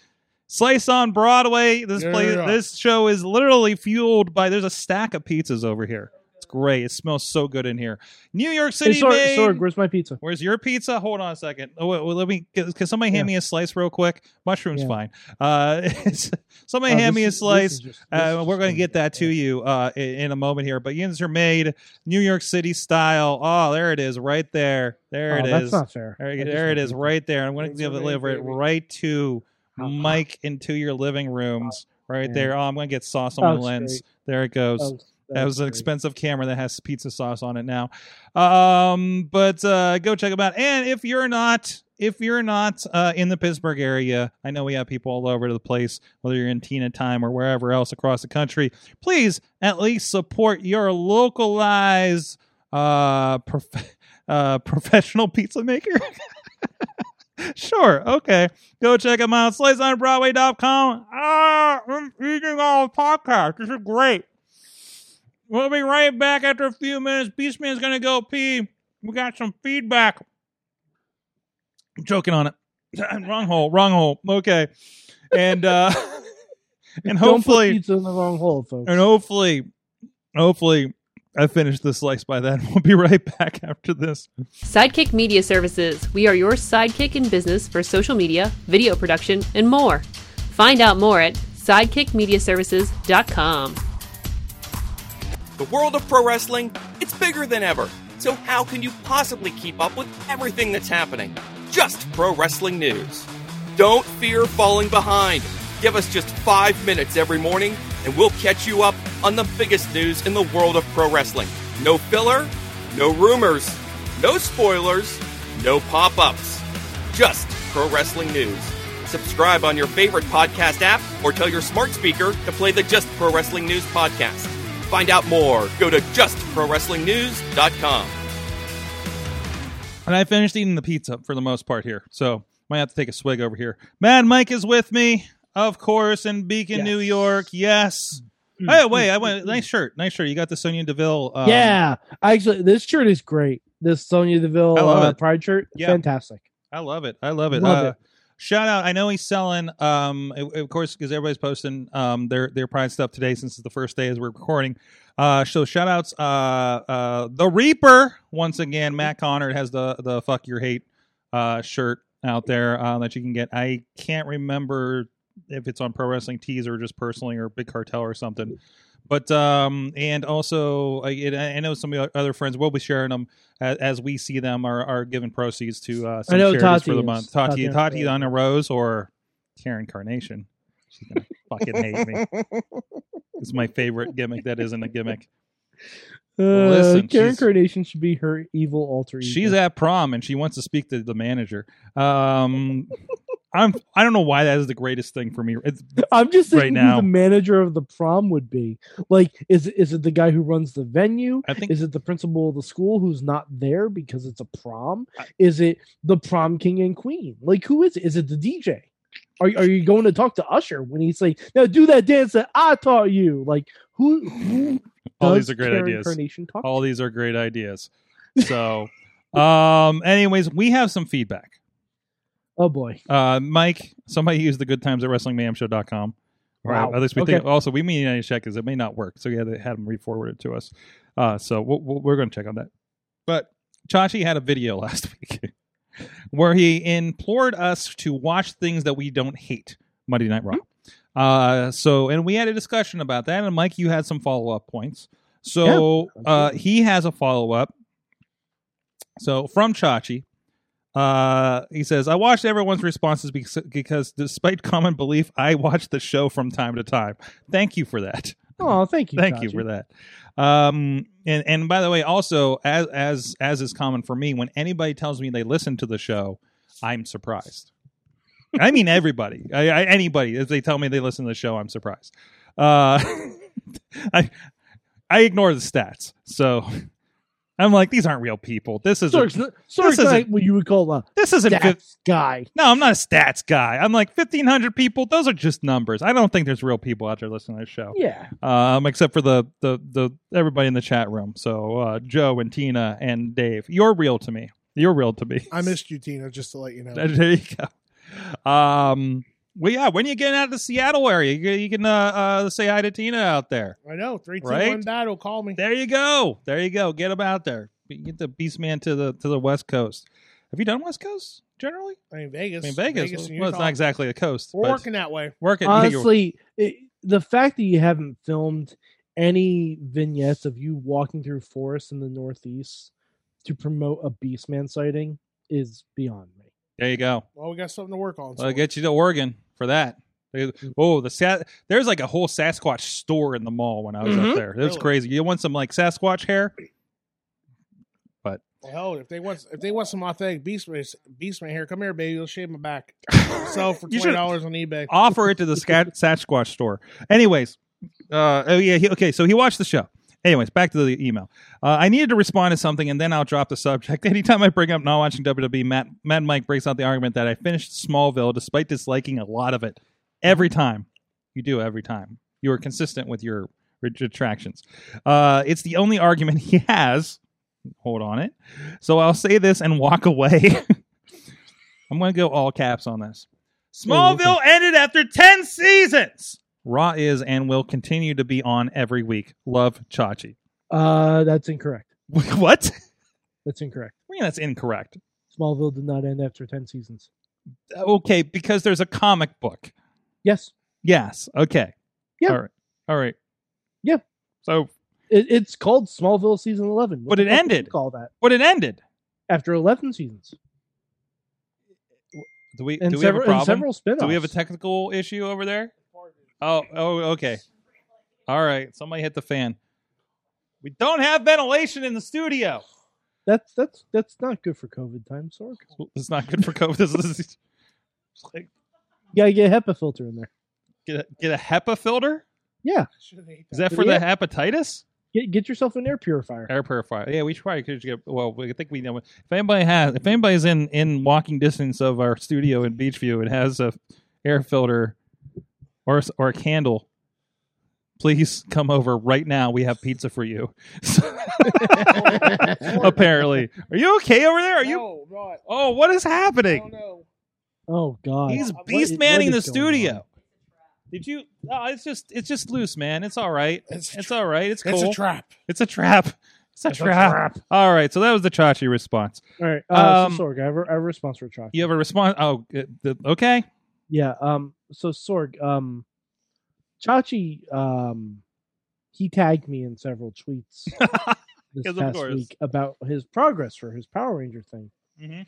B: Slice on Broadway. This
D: Yeah,
B: place,
D: yeah.
B: this show is literally fueled by. There's a stack of pizzas over here. It's great. It smells so good in here. New York
C: Hey,
B: City.
C: sword,
B: made-
C: sword, where's my pizza?
B: Where's your pizza? Hold on a second. Oh, wait, wait, let me. Can somebody hand
C: Yeah.
B: me a slice real quick? Mushrooms,
C: Yeah.
B: fine. Uh, *laughs* somebody
C: Oh,
B: hand
C: this
B: me a
C: is- this
B: slice.
C: is just- this
B: Uh,
C: is
B: we're
C: just
B: going to get that to you uh, in, in a moment here. But yins are made New York City style. Oh, there it is, right there. There
C: Oh,
B: it is.
C: that's not fair.
B: there
C: I
B: you-
C: just
B: there it
C: want
B: is,
C: pizza.
B: right there. I'm going to
D: Yins
B: give
D: are
B: it
D: made,
B: over it
D: baby.
B: right to
C: Uh-uh.
B: Mike into your living rooms, right
C: Yeah.
B: there. Oh, I'm going to get sauce
C: That
B: on my
C: was
B: lens.
C: great. Oh,
B: There it goes.
C: That
B: That was an
C: great.
B: expensive camera that has pizza sauce on it now. Um, but uh, go check them out. And if you're not, if you're not uh, in the Pittsburgh area, I know we have people all over the place, whether you're in Tina Time or wherever else across the country. Please at least support your localized uh, prof- *laughs* uh, professional pizza maker. sure, okay. Go check them out. SliceOnBroadway.com. Ah, I'm eating all the podcast. This is great. We'll be right back after a few minutes. Beastman's gonna go pee. We got some feedback. I'm joking on it. *clears throat* wrong hole, wrong hole. Okay. And uh *laughs* and
C: Don't put
B: hopefully
C: pizza in the wrong hole, folks.
B: and hopefully hopefully I finished this slice by then. *laughs* We'll be right back after this.
E: Sidekick Media Services. We are your sidekick in business for social media, video production, and more. Find out more at sidekickmediaservices.com.
F: The world of pro wrestling, it's bigger than ever. So how can you possibly keep up with everything that's happening? Just pro wrestling news. Don't fear falling behind. Give us just 5 minutes every morning and we'll catch you up on the biggest news in the world of pro wrestling. No filler, no rumors, no spoilers, no pop-ups. Just pro wrestling news. Subscribe on your favorite podcast app or tell your smart speaker to play the Just Pro Wrestling News podcast. Find out more. Go to justprowrestlingnews.com.
B: And I finished eating the pizza for the most part here. So might have to take a swig over here. Mad Mike is with me, of course, in Beacon, New
C: Yes. Mm-hmm.
B: York. Yes.
C: Hmm.
B: Hey, wait, I went. Nice shirt. Nice shirt. You got the Sonia Deville. Uh,
C: yeah, actually, this shirt is great. This Sonya Deville
B: I love
C: uh,
B: it.
C: Pride shirt,
B: Yeah.
C: fantastic.
B: I love it. I love it.
C: Love
B: uh, Shout out! I know he's selling. Um, of- of course, because everybody's posting um their their pride stuff today since it's the first day as we're recording. Uh, so shout outs. Uh, uh, the Reaper once again. Matt Connor has the the fuck your hate uh shirt out there uh, that you can get. I can't remember if it's on Pro Wrestling Tees or just personally or Big Cartel or something. But um, and also I, and I know some of our other friends will be sharing them as, as we see them are, are giving proceeds to uh, some
C: know
B: charities for
C: Tati
B: the
C: is.
B: month. Tati,
C: Tati on a
B: Tati
C: rose.
B: on a rose or Karen Carnation. She's
C: *laughs*
B: gonna fucking hate me. It's my favorite gimmick that isn't a
C: *laughs*
B: gimmick.
C: Uh,
B: Listen,
C: Karen
B: she's-
C: Carnation should be her evil alter ego.
B: She's at prom and she wants to speak to the manager. Um, I'm I don't know why that is the greatest thing for me. It's,
C: I'm just
B: right
C: thinking
B: now.
C: who the manager of the prom would be. Like, is is it the guy who runs the venue?
B: I think
C: Is it the principal of the school who's not there because it's a prom?
B: I-
C: Is it the prom king and queen? Like, who is it? Is it the DJ? Are, are you going to talk to Usher when he's like, now do that dance that I taught you? Like, who? who
B: *laughs* All
C: does
B: these are great
C: Karen
B: ideas.
C: Carnation talk
B: all these are great ideas. So, um, anyways, we have some feedback.
C: to? Oh boy.
B: Uh, Mike, somebody used the good times at wrestlingmayhemshow.com. All right.
C: Wow.
B: At least we
C: Okay.
B: think. Also, we may need to check because it may not work. So yeah, they had them re-forwarded to us. Uh, so we'll, we'll- we're going to check on that. But Chachi had a video *laughs* last week where he implored us to watch things that we don't hate. Monday Night Raw. Uh, so and we had a discussion about that. And Mike, you had some follow up points. So uh, he has a follow up. So from Chachi, uh, he says, I watched everyone's responses because, because despite common belief, I watch the show from time to time. Thank you for that.
C: Oh, thank you.
B: Thank you
C: Taji.
B: for that. Um, and, and by the way, also as, as, as is common for me, when anybody tells me they listen to the show, I'm surprised. I mean, everybody, I, I, anybody, if they tell me they listen to the show, I'm surprised. Uh, *laughs* I, I ignore the stats. So I'm like, these aren't real people. This is,
C: Sork's,
B: a,
C: not- Sork's
B: isn't-
C: not what you would call a
B: this isn't, fif-
C: stats guy.
B: no, I'm not a stats guy. I'm like 1,500 people. Those are just numbers. I don't think there's real people out there listening to this show,
C: Yeah.
B: um, except for the, the the everybody in the chat room. So uh, Joe and Tina and Dave, you're real to me. You're real to me. *laughs*
D: I missed you, Tina, just to let you know.
B: there you go. Um, well, yeah. When you get out of the Seattle area, you, you can uh, uh, say hi to Tina out there.
D: I know. Three, two, one,
B: Right?
D: dot. will call me.
B: There you go. There you go. Get them out there. Get the beast man to the to the West Coast. Have you done West Coast generally?
D: I mean, Vegas.
B: I mean Vegas.
D: and
B: well, it's
D: Utah.
B: not exactly the coast.
D: We're
B: but-
D: working that way.
B: *laughs* Work it. you think
C: Honestly, it, the fact that you haven't filmed any vignettes of you walking through forests in the Northeast to promote a Beastman sighting is beyond me.
B: it- there you go.
D: Well, we got something to work on.
B: I'll get you to Oregon for that. They- Oh, the Sa- there's like a whole Sasquatch store in the mall when I was up
C: Mhm.
B: there. It was
D: Really?
B: crazy. You want some like Sasquatch hair?
D: Well, hell, if they want if they want some authentic beastman beastman hair, come here, baby. We'll shave my back.
B: *laughs*
D: Sell for
B: You
D: twenty
B: should-
D: dollars on eBay.
B: *laughs* offer it to the Scat- Sasquatch store. Anyways, uh, oh yeah, he, okay. So he watched the show. Anyways, back to the email. Uh, I needed to respond to something, and then I'll drop the subject. *laughs* Anytime I bring up not watching WWE, Matt, Matt Mike breaks out the argument that I finished Smallville despite disliking a lot of it. Every time, you do every time. You are consistent with your retractions. Uh, it's the only argument he has. Hold on it. So I'll say this and walk away. *laughs* I'm going to go all caps on this.
C: Smallville
B: Smallville ended after 10 seasons. Raw is and will continue to be on every week. Love Chachi.
C: Uh, that's incorrect.
B: *laughs* what?
C: That's incorrect.
B: I mean, that's incorrect. Uh,
C: Smallville did not end after ten seasons.
B: Okay, because there's a comic book.
C: Yes,
B: Yes. Okay.
C: Yeah.
B: All right. All right.
C: Yeah.
B: So,
C: it, it's called Smallville season eleven.
B: But it
C: the fuck would you
B: ended.
C: Call that
B: but it ended.
C: after eleven seasons
B: Do we?
C: and
B: do we
C: several
B: have a problem?
C: and several spinoffs.
B: Do we have a technical issue over there? Oh, oh, okay. All right. Somebody hit the fan. We don't have ventilation in the studio.
C: that's that's that's not good for COVID time, Sorg.
B: It's not good for COVID. *laughs* This is- it's like,
C: You gotta get a HEPA filter in there.
B: get a, get a HEPA filter.
D: Should've ate
B: Is that for the
C: Yeah.
B: hepatitis?
C: Get get yourself an air purifier.
B: Air purifier. Yeah, we probably could get. Well, I think we know. If anybody has, if anybody's in in walking distance of our studio in Beachview and has a air filter or s- or a candle, please come over right now. We have pizza for you. *laughs* Apparently, are you okay over there? Are you?
D: No, not.
B: Oh, what is
D: I don't
B: happening?
D: know.
C: Oh God,
B: He's
C: What is-
B: beast
C: what
B: manning the
C: is going on?
B: studio. Did you? No, it's just it's just loose, man. It's all right.
D: It's a
B: It's all right. It's cool.
D: It's a trap.
B: It's a trap. It's a,
D: It's a
B: trap.
D: trap.
B: All right. So that was the Chachi response.
C: All right, uh, so
B: Um,
C: Sorg, I have, a, I have a response for Chalk.
B: You have a response? Oh, uh, the- okay.
C: Yeah. Um. So Sorg. Um. Chachi. Um. He tagged me in
B: *laughs*
C: several tweets this
B: 'Cause of
C: past
B: course.
C: week about his progress for his Power Ranger thing
B: Mhm.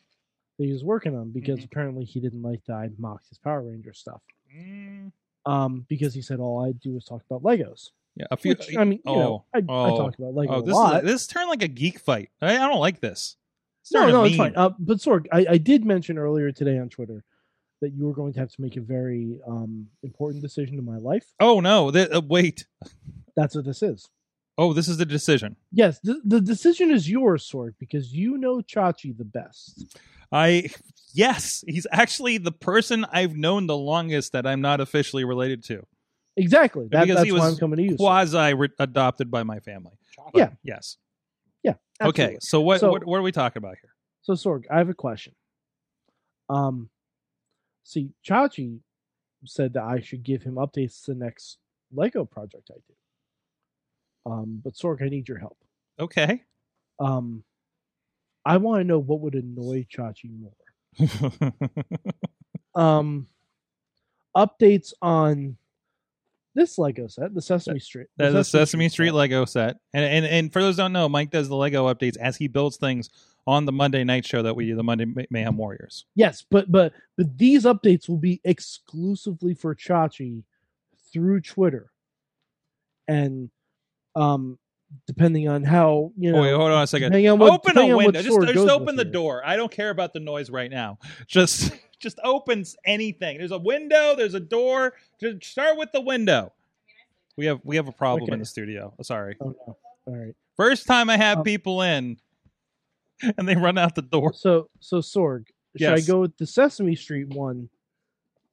C: that he was working on because
B: Mhm.
C: apparently he didn't like that I mocked his Power Ranger stuff.
B: Mm,
C: Um. Because he said all I do is talk about Legos.
B: yeah, a few.
C: Which, I mean, you know, I, I
B: oh,
C: talk about Lego
B: oh,
C: a
B: this is
C: lot.
B: this turned like a geek fight. I, I don't like this. It's
C: no,
B: turning
C: no, it's
B: mean.
C: fine. Uh, but Sorg, I, I did mention earlier today on Twitter that you were going to have to make a very um important decision in my life.
B: Oh no! Th- uh, wait.
C: That's what this is.
B: Oh, this is the decision.
C: Yes, the, the decision is yours, Sorg, because you know Chachi the best.
B: I yes, he's actually the person I've known the longest that I'm not officially related to.
C: Exactly. That,
B: Because
C: that's
B: he
C: why
B: was
C: I'm coming to you. Sorg.
B: Quasi re- adopted by my family. But
C: Yeah.
B: Yes. Okay.
C: Absolutely.
B: So what,
C: So-
B: what what are we talking about here?
C: So Sorg, I have a question. Um, see, Chachi said that I should give him updates to the next Lego project I do. Um, but Sorg, I need your help.
B: Okay.
C: Um, I want to know what would annoy Chachi more.
B: *laughs*
C: Um, updates on this Lego set, the Sesame Street.
B: That's a Sesame
C: set.
B: Street Lego set. And, and and for those who don't know, Mike does the Lego updates as he builds things on the Monday night show that we do, the Monday Ma- Mayhem Warriors.
C: Yes, but but but these updates will be exclusively for Chachi through Twitter, and um, depending on how you know,
B: Oh, wait, hold on a second.
C: depending on what,
B: Open
C: depending
B: a
C: on what
B: window. Just,
C: store
B: just
C: goes
B: open
C: with
B: the
C: it.
B: door. I don't care about the noise right now. Just *laughs* just opens anything. There's a window. There's a door. Just start with the window. We have we have a problem
C: Okay.
B: in the studio. Sorry.
C: Oh, no. All right,
B: First time I have
C: Um,
B: people in, *laughs* and they run out the door.
C: so so Sorg, should I
B: Yes.
C: go with the Sesame Street one,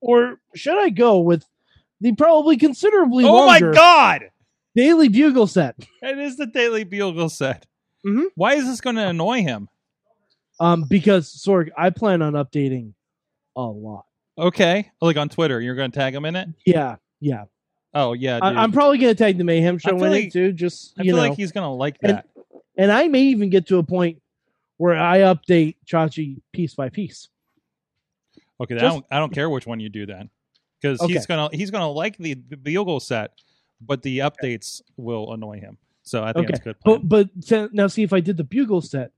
C: or should I go with the probably considerably
B: Oh my
C: longer
B: god!
C: Daily Bugle set?
B: It is the Daily Bugle set.
C: Mhm.
B: Why is this going to annoy him?
C: Um, because Sorg, I plan on updating a lot.
B: Okay, like on Twitter, you're going to tag him in it.
C: Yeah, yeah.
B: Oh yeah, dude.
C: I, I'm probably gonna tag the Mayhem
B: I
C: Show
B: feel
C: in
B: like-
C: it too. Just
B: I
C: you
B: feel
C: know.
B: like he's going to like
C: And-
B: that.
C: and I may even get to a point where I update Chachi piece by piece.
B: okay, I
C: just-
B: don't. I don't care which one you do then, because he's
C: Okay.
B: going to he's going to like the B- Bugle set, but the updates will annoy him. So I think
C: Okay.
B: it's a good. Plan.
C: Oh, But but se- now see if I did the bugle set,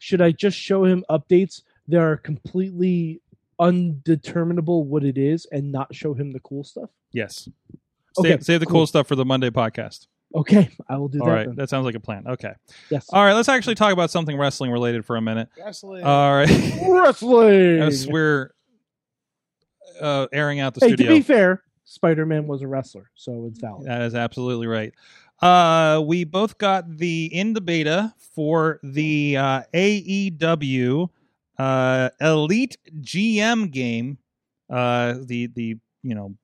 C: should I just show him updates that are completely undeterminable what it is and not show him the cool stuff?
B: yes.
C: Okay,
B: Save, save the cool
C: cool.
B: stuff for the Monday podcast.
C: Okay, I will do
B: All
C: that
B: right,
C: then.
B: that sounds like a plan. Okay.
C: Yes.
B: All right, let's actually talk about something wrestling related for a minute.
D: Wrestling.
B: All right, *laughs*
C: Wrestling.
B: as we're uh, airing out the
C: hey,
B: studio.
C: to be fair, Spider-Man was a wrestler, so it's valid.
B: That is absolutely right. Uh, we both got the in the beta for the uh, AEW uh, Elite GM game, uh, the the you know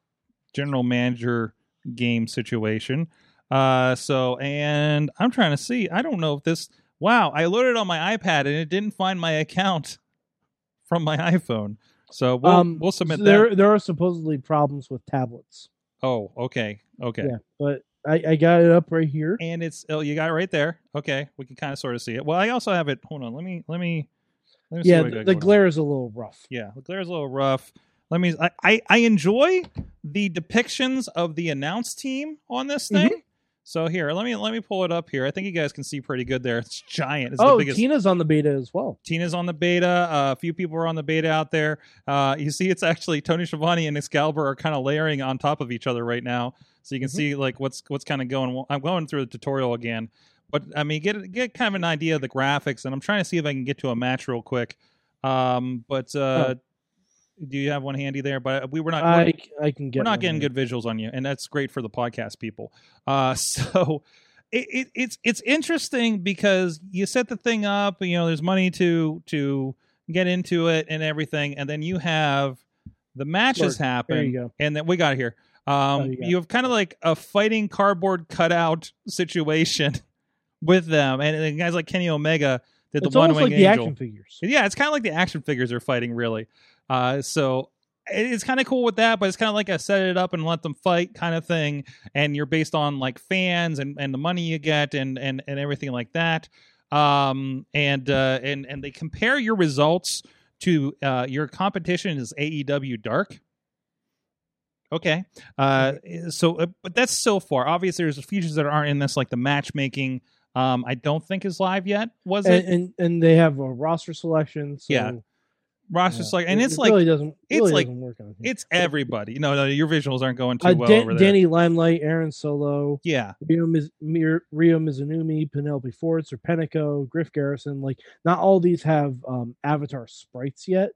B: general manager game situation. Uh, so and I'm trying to see. I don't know if this. Wow, I loaded it on my iPad and it didn't find my account *laughs* from my iPhone. So we'll, we'll submit
C: Um, there.
B: that.
C: There are supposedly problems with tablets,
B: Oh, okay, okay.
C: Yeah. but I, I got it up right here.
B: and it's oh you got it right there. Okay, we can kind of sort of see it. Well, I also have it. Hold on, let me let me let me. see
C: Yeah,
B: what I
C: the,
B: got
C: the
B: going on.
C: glare is a little rough.
B: Yeah, the glare's a little rough. Let me. I, I I enjoy the depictions of the announce team on this
C: Mm-hmm.
B: thing. So here, let me let me pull it up here. I think you guys can see pretty good there. It's giant. It's the
C: oh,
B: biggest.
C: Tina's on the beta as well.
B: Tina's on the beta. Uh, a few people are on the beta out there. Uh, you see, it's actually Tony Schiavone and Excalibur are kind of layering on top of each other right now, so you can see like what's what's kind of going. I'm going through the tutorial again, but I mean, get get kind of an idea of the graphics, and I'm trying to see if I can get to a match real quick. Um, but uh, do you have one handy there? But we were not.
C: I, I can get.
B: We're not
C: one
B: getting
C: here.
B: good visuals on you, and that's great for the podcast people. Uh, *laughs* so it, it, it's it's interesting because you set the thing up, you know, there's money to to get into it and everything, and then you have the matches
C: Lord, There
B: happen,
C: you go.
B: and then we got it here. Um,
C: Oh, you
B: you,
C: got it.
B: have kind of like a fighting cardboard cutout *laughs* situation with them, and, and guys like Kenny Omega did
C: It's
B: the one
C: almost
B: wing
C: like the
B: angel.
C: action figures.
B: Yeah, it's kind of like the action figures are fighting, really. Uh, so it- it's kind of cool with that, but it's kind of like a set it up and let them fight kind of thing. And you're based on like fans and, and the money you get and, and, and everything like that. Um, and, uh, and, and they compare your results to uh, your competition is AEW Dark. Okay. Uh, so, uh, but that's so far. Obviously, there's features that aren't in this, like the matchmaking. Um, I don't think is live yet. Was it?
C: And, and and they have a roster selection. So,
B: Yeah. Ross just like, and
C: it-
B: it's
C: it
B: like
C: really doesn't.
B: it's
C: really
B: like-
C: doesn't work on here.
B: it's everybody. No, no, your visuals aren't going too
C: Uh,
B: well
C: Dan-
B: over there.
C: Danny Limelight, Aaron Solo,
B: yeah,
C: Rio, Miz- Mir- Rio Mizunumi, Penelope Forts, or Penico, Griff Garrison. Like, not all these have um, avatar sprites yet,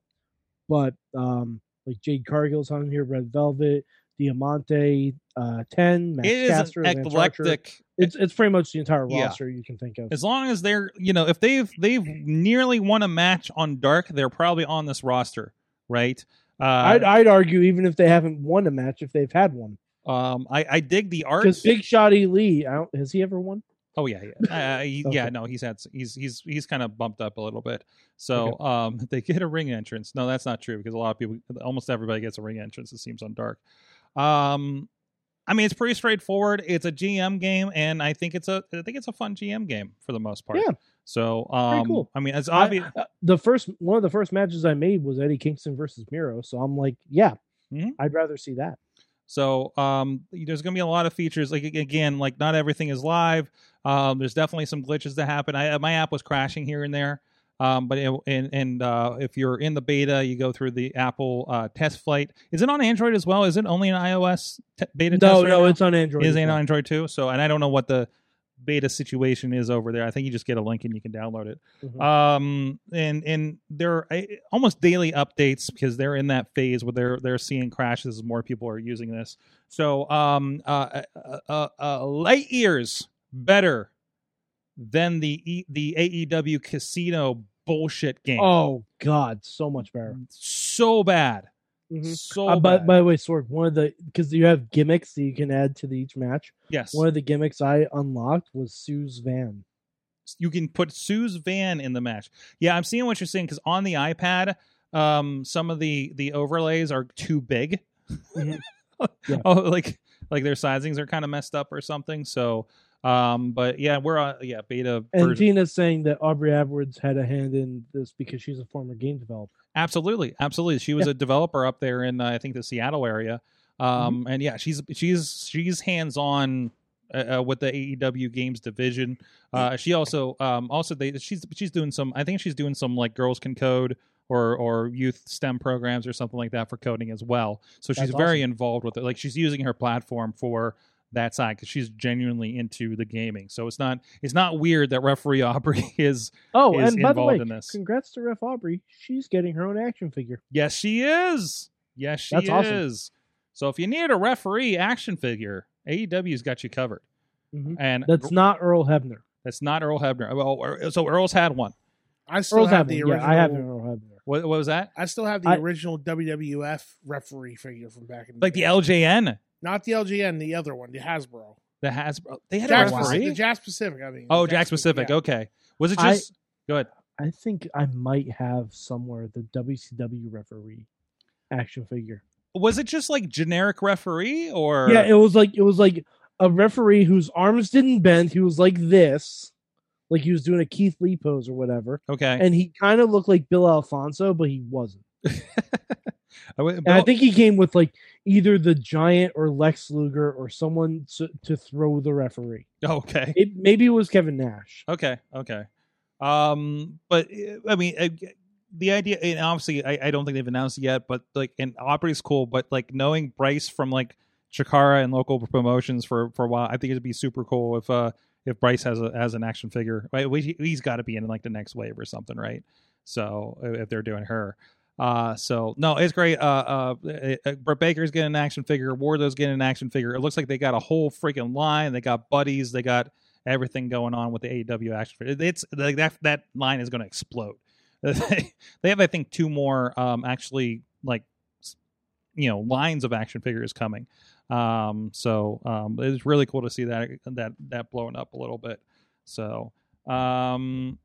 C: but um, like Jade Cargill's on here, Red Velvet, Diamante, uh, Ten, Max
B: it is
C: Caster,
B: an
C: Lance Archer.
B: eclectic.
C: It's it's pretty much the entire
B: Yeah.
C: roster you can think of.
B: As long as they're, you know, if they've they've nearly won a match on Dark, they're probably on this roster, right? Uh,
C: I'd I'd argue even if they haven't won a match, if they've had one,
B: um, I, I dig the art.
C: because Big Shot E Lee, I don't, has he ever won?
B: Oh yeah, yeah, uh, he- yeah.
C: Okay.
B: No, he's had he's he's he's kind of bumped up a little bit. So um, *laughs* they get a ring entrance. No, that's not true because a lot of people, almost everybody gets a ring entrance. It seems on Dark. Um, I mean, it's pretty straightforward. It's a GM game, and I think it's a I think it's a fun GM game for the most part.
C: Yeah.
B: So um,
C: cool.
B: I mean, it's
C: I-
B: obvious.
C: uh, the first one of the first matches I made was Eddie Kingston versus Miro, so I'm like, yeah,
B: Mhm.
C: I'd rather see that.
B: So um, there's going to be a lot of features. Like ag- again, like not everything is live. Um, there's definitely some glitches that happen. I, my app was crashing here and there. Um, but it, and and uh, if you're in the beta, you go through the Apple uh, test flight. Is it on Android as well? Is it only an iOS te- beta?
C: No,
B: test right
C: no,
B: now?
C: it's on Android.
B: is
C: as
B: it on
C: well.
B: Android too. So and I don't know what the beta situation is over there. I think you just get a link and you can download it.
C: Mhm.
B: Um, and and there are eh, almost daily updates because they're in that phase where they're they're seeing crashes as more people are using this. So um, uh, uh, uh, uh light years better than the e- the AEW casino bullshit game.
C: Oh God, so much better.
B: so bad,
C: Mhm.
B: so
C: Uh, by,
B: bad.
C: by the way, Sorg, one of the because you have gimmicks that you can add to the, each match.
B: yes,
C: One of the gimmicks I unlocked was Sue's van.
B: you can put Sue's van in the match. Yeah, I'm seeing what you're saying because on the iPad, um, some of the the overlays are too big. *laughs*
C: Mhm. Yeah.
B: Oh, like like their sizings are kind of messed up or something. So, um, but yeah, we're uh, yeah beta
C: And
B: version.
C: Tina's saying that Aubrey Edwards had a hand in this because she's a former game developer.
B: absolutely, absolutely. She was a developer up there in uh, I think the Seattle area. Um, and yeah, she's she's she's hands on. Uh, uh, with the AEW games division, uh, she also um, also they she's she's doing some I think she's doing some like girls can code or or youth STEM programs or something like that for coding as well. So she's
C: That's
B: very involved with it. Like she's using her platform for that side because she's genuinely into the gaming. So it's not it's not weird that referee *laughs* Aubrey is
C: Oh,
B: Is
C: and by the
B: involved
C: way,
B: in this.
C: congrats to Ref Aubrey. She's getting her own action figure.
B: Yes, she is. Yes, she
C: That's awesome.
B: is. So if you need a referee action figure, AEW's got you covered.
C: Mhm.
B: And
C: That's not Earl Hebner.
B: that's not Earl Hebner. Well, Er- so Earl's had one.
D: I still
C: Earl's
D: have
C: Hebner.
D: the
C: Yeah,
D: original.
C: I have Earl Hebner.
B: What, what was that?
D: I still have the
C: I-
D: original WWF referee figure from back in the
B: Like the
D: day.
B: LJN,
D: not the LGN, the other one, the Hasbro.
B: the Hasbro. oh, They had
D: Jack
B: a
D: Pacific, the
B: referee.
D: Jack Pacific, I mean.
B: Oh, Jack Pacific.
D: yeah.
B: Okay. Was it
C: I-
B: just? go ahead.
C: I think I might have somewhere the WCW referee action figure.
B: Was it just like generic referee or?
C: Yeah, it was like it was like a referee whose arms didn't bend. He was like this, like he was doing a Keith Lee pose or whatever.
B: Okay.
C: And he kind of looked like Bill Alfonso, but he wasn't.
B: *laughs* I, would-
C: And I
B: Bill-
C: think he came with like either the Giant or Lex Luger or someone to, to throw the referee.
B: *laughs* okay.
C: It, maybe it was Kevin Nash.
B: Okay. Okay. Um, but eh, I mean, eh, the idea, and obviously, I, I don't think they've announced it yet, but like, and Aubrey's cool, but like knowing Bryce from like Chikara and local promotions for for a while, I think it'd be super cool if uh if Bryce has a has an action figure. Right, we, he's got to be in like the next wave or something, right? So eh, if they're doing her. Uh, so no, it's great. Uh, uh, eh, eh, Britt Baker's getting an action figure. Wardlow's getting an action figure. It looks like they got a whole freaking line. They got buddies. They got everything going on with the AEW action. figure. It's like that that line is going to explode. *laughs* they have, I think, two more um, actually like s- you know lines of action figures coming. Um, so um, it's really cool to see that that that blowing up a little bit. So um,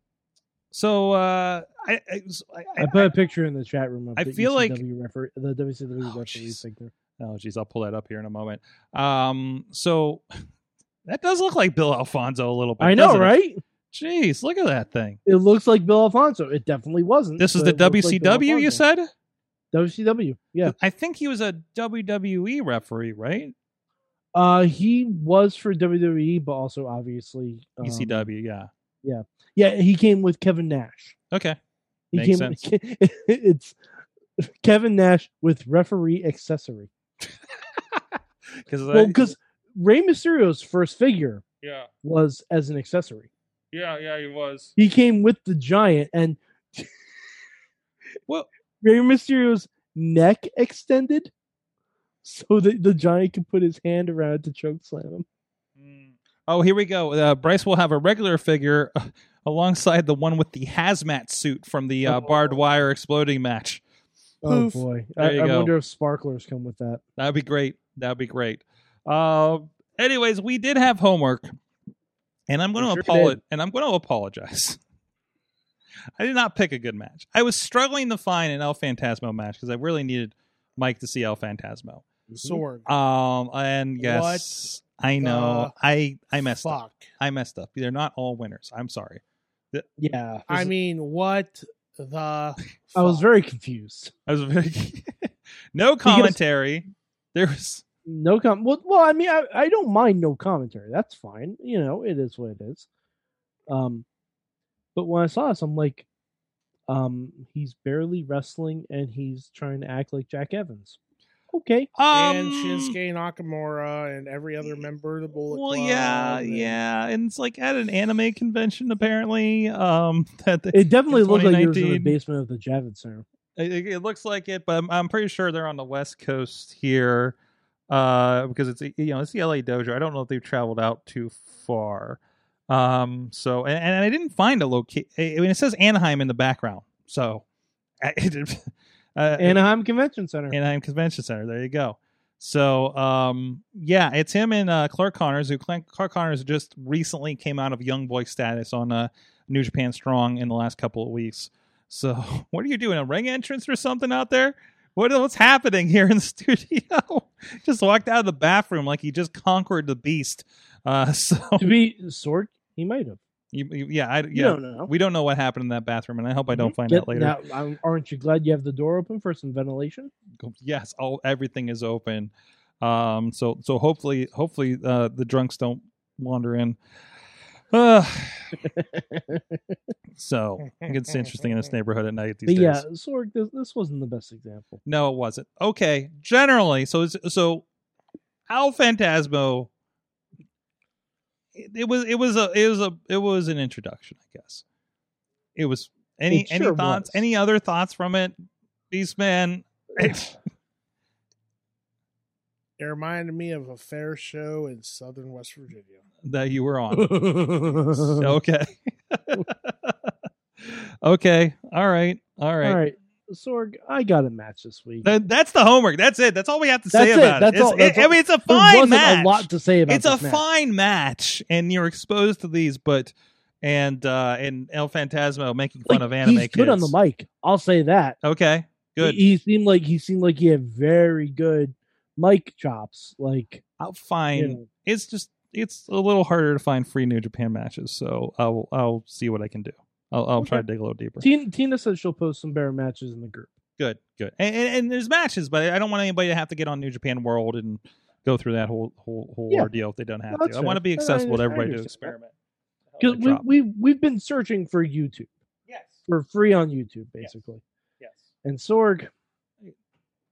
B: so uh, I, I, I,
C: I put a picture in the chat room. Of
B: I
C: the
B: feel like-
C: ECW refer- the WCW
B: Oh,
C: referee
B: jeez.
C: figure.
B: Oh, geez, I'll pull that up here in a moment. Um, so *laughs* that does look like Bill Alfonso a little bit.
C: I know,
B: doesn't it?
C: right?
B: Jeez, look at that thing.
C: It looks like Bill Alfonso. It definitely wasn't.
B: This is
C: but
B: the
C: it looks like Bill
B: WCW you
C: Alfonso.
B: said?
C: WCW. Yeah.
B: I think he was a WWE referee, right?
C: Uh, he was for WWE, but also obviously um,
B: ECW, E yeah.
C: Yeah, he came with Kevin Nash.
B: Okay.
C: He
B: Makes
C: came. *laughs* it's Kevin Nash with referee accessory.
B: Because
C: Well, because Rey Mysterio's first figure
B: yeah,
C: was as an accessory.
B: yeah, yeah, he was.
C: He came with the giant and
B: Well-
C: *laughs* Rey Mysterio's neck extended so that the giant could put his hand around to choke slam him.
B: Oh, here we go. Uh, Bryce will have a regular figure *laughs* uh, alongside the one with the hazmat suit from the uh, barbed wire exploding match.
C: Oh
B: Oof.
C: boy.
B: There
C: I,
B: you
C: I
B: go.
C: wonder if sparklers come with that.
B: That'd be great. That'd be great. Uh, anyways, we did have homework, and I'm going to
C: We sure
B: apologize.
C: did.
B: And I'm going to apologize. *laughs* I did not pick a good match. I was struggling to find an El Fantasmo match because I really needed Mike to see El Fantasmo.
D: Sorg.
B: Um, and yes, I know. I I messed up.
D: Fuck.
B: I messed up. They're not all winners. I'm sorry.
C: Yeah.
D: I mean, what the?
C: I was
D: fuck?
C: very confused.
B: I was very *laughs* no commentary. There was
C: No com well, well I mean I, I don't mind no commentary. That's fine. You know, it is what it is. Um but when I saw this, I'm like, um, he's barely wrestling and he's trying to act like Jack Evans. Okay.
D: and
B: um,
D: Shinsuke Nakamura and every other member of the Bullet
B: Well,
D: Club
B: yeah,
D: and-
B: yeah, and it's like at an anime convention apparently. Um, *laughs* that they,
C: It definitely looked like he was in the
B: 2019.
C: basement of the Javits Center.
B: it, it looks like it, but I'm, I'm pretty sure they're on the West Coast here, uh, because it's you know it's the LA Dojo. I don't know if they've traveled out too far. Um, so and, and I didn't find a location. I mean, it says Anaheim in the background, so *laughs* I, uh,
C: Anaheim Convention Center.
B: Anaheim Convention Center. There you go. So, um, yeah, it's him and uh, Clark Connors, who Clark Clark Connors just recently came out of young boy status on uh, New Japan Strong in the last couple of weeks. So, *laughs* what are you doing? A ring entrance or something out there? What, what's happening here in the *laughs* studio? just walked out of the bathroom like he just conquered the beast. Uh, *laughs* so,
C: to be Sorg, he might have.
B: you, you- yeah, I, yeah,
C: You don't know. Mm-hmm.
B: we don't know what happened in that bathroom, and I hope I don't find
C: Get-
B: out later.
C: Now, um, aren't you glad you have the door open for some ventilation?
B: go- yes all everything is open um so so hopefully hopefully uh the drunks don't wander in *sighs* uh, so it gets interesting
C: *laughs*
B: in this neighborhood at night these
C: But
B: days
C: yeah, Sorg, this, this wasn't the
B: *laughs*
C: best example.
B: no it wasn't okay generally so it's, so al phantasmo it, it was it was a it was a it was an introduction i guess it was any
C: It
B: any
C: sure
B: thoughts
C: was.
B: any other thoughts from it
C: *laughs*
B: beastman *laughs*
D: It reminded me of a fair show in Southern West Virginia.
B: that you were on okay. *laughs* okay. All right. All right.
C: All right, Sorg, I got a match this week.
B: Th- that's the homework. That's it. That's all we have to say
C: That's it.
B: about
C: That's
B: it. It's-
C: all- that's
B: I- I
C: all.
B: mean, it's a
C: there
B: fine
C: wasn't
B: match.
C: a lot to say about
B: it's a
C: this match.
B: fine match, and you're exposed to these, but and uh and El Fantasmo making fun
C: Like,
B: of anime
C: He's
B: kids.
C: good on the mic. I'll say that.
B: Okay. Good.
C: He, he seemed like he seemed like he had very good mic chops. Like
B: I'll find
C: you know,
B: it's just it's a little harder to find free New Japan matches. So I'll I'll see what I can do. I'll, I'll try to dig a little deeper.
C: Tina, Tina said she'll post some better matches in the group.
B: good, good. And, and, and there's matches, but I don't want anybody to have to get on New Japan World and go through that whole whole whole
C: Yeah.
B: ordeal if they don't have
C: No,
B: to.
C: that's
B: I want to
C: fair.
B: be
C: I- I
B: accessible to
C: under- I
B: everybody to
C: understand that.
B: experiment. how
C: Because
B: they
C: we,
B: drop.
C: we we've been searching for YouTube
B: yes,
C: for free on YouTube basically.
B: yes.
C: And Sorg,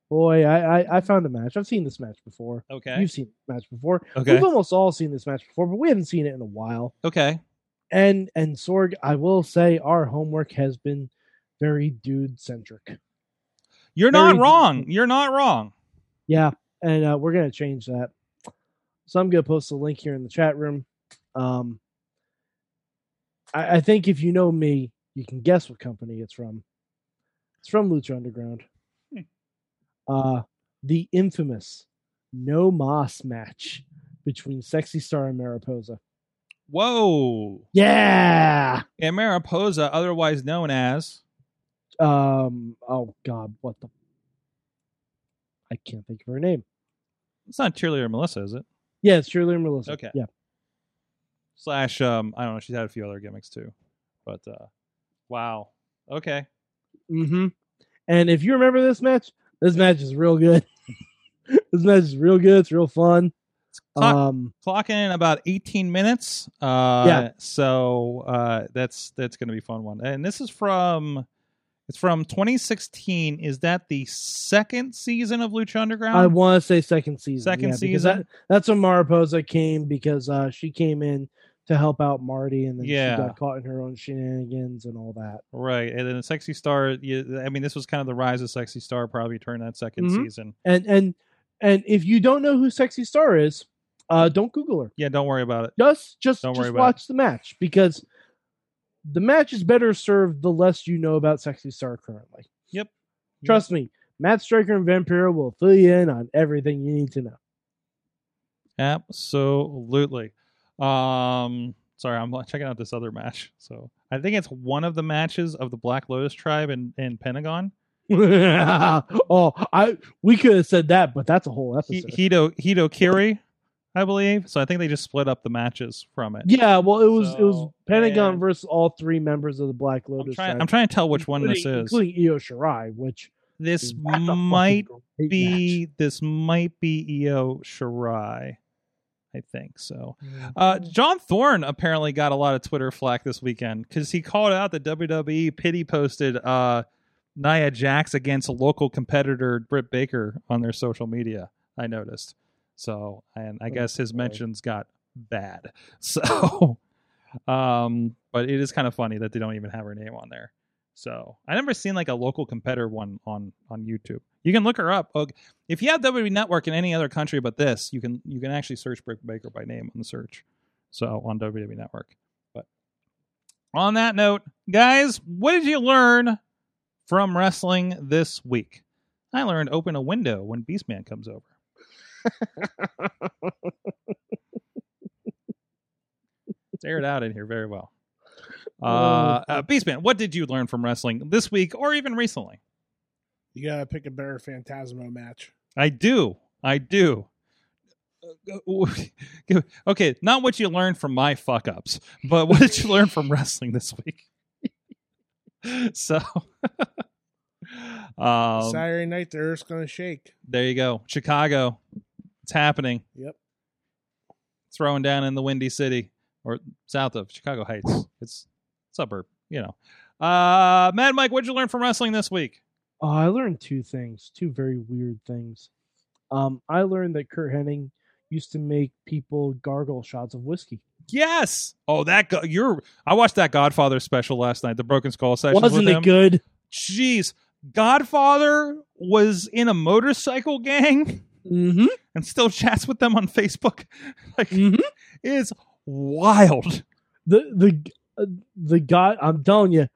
C: boy, I, I I found a match. I've seen this match before.
B: Okay,
C: You've seen this match before.
B: okay,
C: We've almost all seen this match before, but we haven't seen it in a while.
B: okay.
C: And and Sorg, I will say our homework has been very dude centric.
B: You're not
C: Very-
B: wrong. You're not wrong.
C: Yeah, and uh, we're gonna change that. So I'm gonna post a link here in the chat room. Um, I, I think if you know me, you can guess what company it's from. It's from Lucha Underground. Uh, the infamous No Mas match between Sexy Star and Mariposa.
B: Whoa,
C: Yeah.
B: and Mariposa, otherwise known as
C: Um. Oh God, what the? I can't think of her name.
B: it's not cheerleader Melissa, is it?
C: Yeah, it's Shirley and Melissa.
B: Okay.
C: Yeah.
B: slash um i don't know she's had a few other gimmicks too but uh wow okay
C: Mm-hmm. And if you remember this match, this match is real good. *laughs* this match is real good. It's real fun.
B: clock-
C: Um,
B: clocking in about 18 minutes uh
C: Yeah.
B: so uh that's that's gonna be a fun one and this is from it's from 2016 is that the second season of lucha underground
C: I want to say second season.
B: Um, Second
C: yeah, because
B: season?
C: that- that's when Mariposa came because uh, she came in to help out Marty, and then
B: Yeah.
C: she got caught in her own shenanigans and all that.
B: right and then the sexy star you, i mean this was kind of the rise of sexy star probably during that 2nd
C: Mhm.
B: season
C: And and and if you don't know who Sexy Star is, uh, don't Google her.
B: yeah don't worry about it
C: Just just
B: Don't worry
C: just
B: about
C: watch the match because the match is better served the less you know about Sexy Star currently.
B: Yep.
C: Trust me, Matt Striker and Vampiro will fill you in on everything you need to know. *laughs*
B: Absolutely. Um, sorry, I'm *laughs* checking out this other match. So I think it's one of the matches of the Black Lotus tribe and, and Pentagon.
C: oh, I we could have said that, but that's a whole
B: He,
C: episode.
B: Hito Hito Kiri, I believe. So I think they just split up the matches from it.
C: yeah, well, it was it was
B: So,
C: Pentagon
B: man.
C: versus all three members of the Black
B: I'm
C: Lotus.
B: trying.
C: tribe,
B: I'm trying to tell which one this
C: including-
B: is.
C: including Io Shirai, which
B: This
C: *laughs* that's a fucking
B: might
C: great match.
B: be this might be Io Shirai. I think so. Uh, John Thorne apparently got a lot of Twitter flack this weekend because he called out the WWE pity posted uh, Nia Jax against local competitor Britt Baker on their social media. I noticed. So, and I guess his mentions got bad. *laughs* So, um, but it is kind of funny that they don't even have her name on there. So I never seen like a local competitor one on on YouTube. You can look her up. Okay. If you have WWE Network in any other country but this, you can you can actually search Britt Baker by name on the search. So on WWE Network. But on that note, guys, what did you learn from wrestling this week? I learned open a window when Beastman comes over. it's aired out in here very well. Uh, uh, Beastman, what did you learn from wrestling this week or even recently?
D: You gotta pick a better Phantasmo match.
B: I do. I do. *laughs* Okay, not what you learned from my fuck ups, but what did you learn from wrestling this week? So, *laughs* um,
D: Saturday night, the Earth's gonna shake.
B: there you go. Chicago. It's happening.
D: Yep.
B: Throwing down in the Windy City or south of Chicago Heights. It's suburb, you know. Uh, Mad Mike, what'd you learn from wrestling this week?
C: Oh, I learned two things, two very weird things. Um, I learned that Kurt Hennig used to make people gargle shots of whiskey.
B: Yes. Oh, that go- you're. I watched that Godfather special last night, the Broken Skull session.
C: Wasn't
B: with him.
C: it good?
B: Jeez, Godfather was in a motorcycle gang *laughs*
C: Mm-hmm.
B: and still chats with them on Facebook. Like,
C: Mhm.
B: it's wild.
C: The the uh, the God, I'm telling you,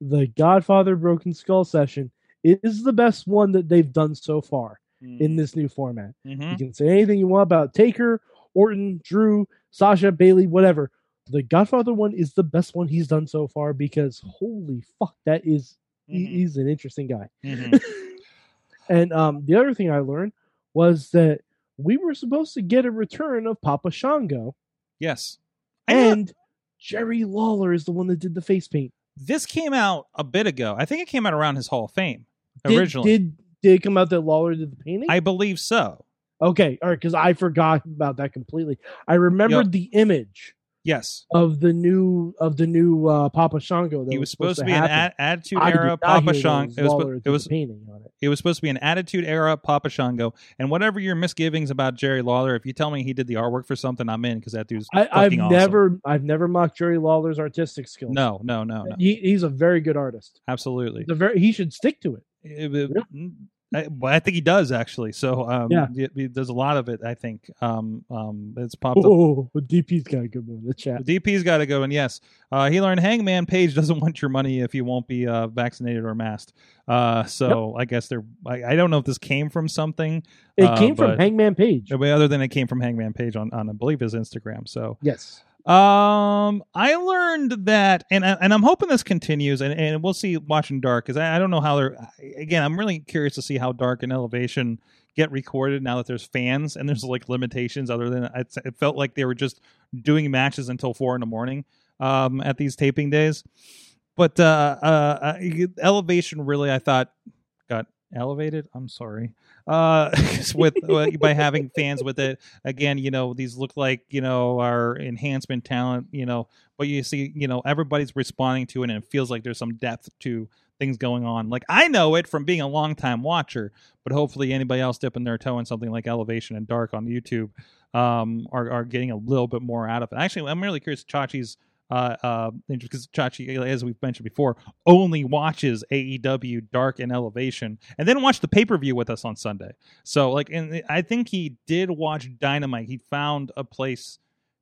C: the Godfather Broken Skull session is the best one that they've done so far in this new format.
B: Mhm.
C: You can say anything you want about Taker, Orton, Drew, Sasha, Bailey, whatever. The Godfather one is the best one he's done so far because holy fuck, that is- he-
B: Mhm.
C: he's an interesting guy.
B: Mhm.
C: and um, the other thing I learned was that we were supposed to get a return of Papa Shango,
B: *laughs* Yes. I know
C: and Jerry Lawler is the one that did the face paint.
B: this came out a bit ago. I think it came out around his Hall of Fame
C: Did,
B: originally.
C: did did it come out that Lawler did the painting?
B: I believe so.
C: okay, all right, because I forgot about that completely. I remembered the image
B: Yes.
C: of the new of the new uh, Papa Shango. That
B: He was supposed to be an
C: happen.
B: at- attitude
C: I did
B: era
C: not
B: Papa
C: hear that
B: Shango. It
C: Lawler
B: was,
C: did
B: it
C: the
B: was
C: painting on it.
B: It was supposed to be an attitude era Papa Shango. And whatever your misgivings about Jerry Lawler, if you tell me he did the artwork for something, I'm in because that dude's
C: I, I've
B: fucking awesome.
C: never I've never mocked Jerry Lawler's artistic skills.
B: No, no, no, no.
C: He, he's a very good artist.
B: Absolutely.
C: The very he should stick to it.
B: It- it- mm, I, well, I think he does actually. So um,
C: Yeah.
B: y- y- there's a lot of it. I think um, um, it's popped up.
C: Oh, DP's got a good one in the chat.
B: DP's got to go, and yes, uh, he learned Hangman Page *laughs* doesn't want your money if you won't be uh, vaccinated or masked. Uh, so I guess they're. I, I don't know if this came from something.
C: It
B: uh,
C: came from
B: but-
C: Hangman Page.
B: other than it came from Hangman Page on, on I believe his Instagram. So
C: Yes.
B: Um, I learned that, and and I'm hoping this continues, and, and we'll see watching Dark because I, I don't know how they're. Again, I'm really curious to see how Dark and Elevation get recorded now that there's fans and there's like limitations. Other than it, it felt like they were just doing matches until four in the morning um, at these taping days. But uh, uh, uh, Elevation really, I thought, got elevated. I'm sorry. Uh, *laughs* with by having fans with it again. You know, these look like you know our enhancement talent. You know, but you see, you know, everybody's responding to it, and it feels like there's some depth to things going on. Like I know it from being a longtime watcher, but hopefully anybody else dipping their toe in something like Elevation and Dark on YouTube um, are are getting a little bit more out of it. Actually, I'm really curious Chachi's uh, uh, because Chachi, as we've mentioned before, only watches AEW Dark and Elevation, and then watched the pay per view with us on Sunday. So, like, and I think he did watch Dynamite. He found a place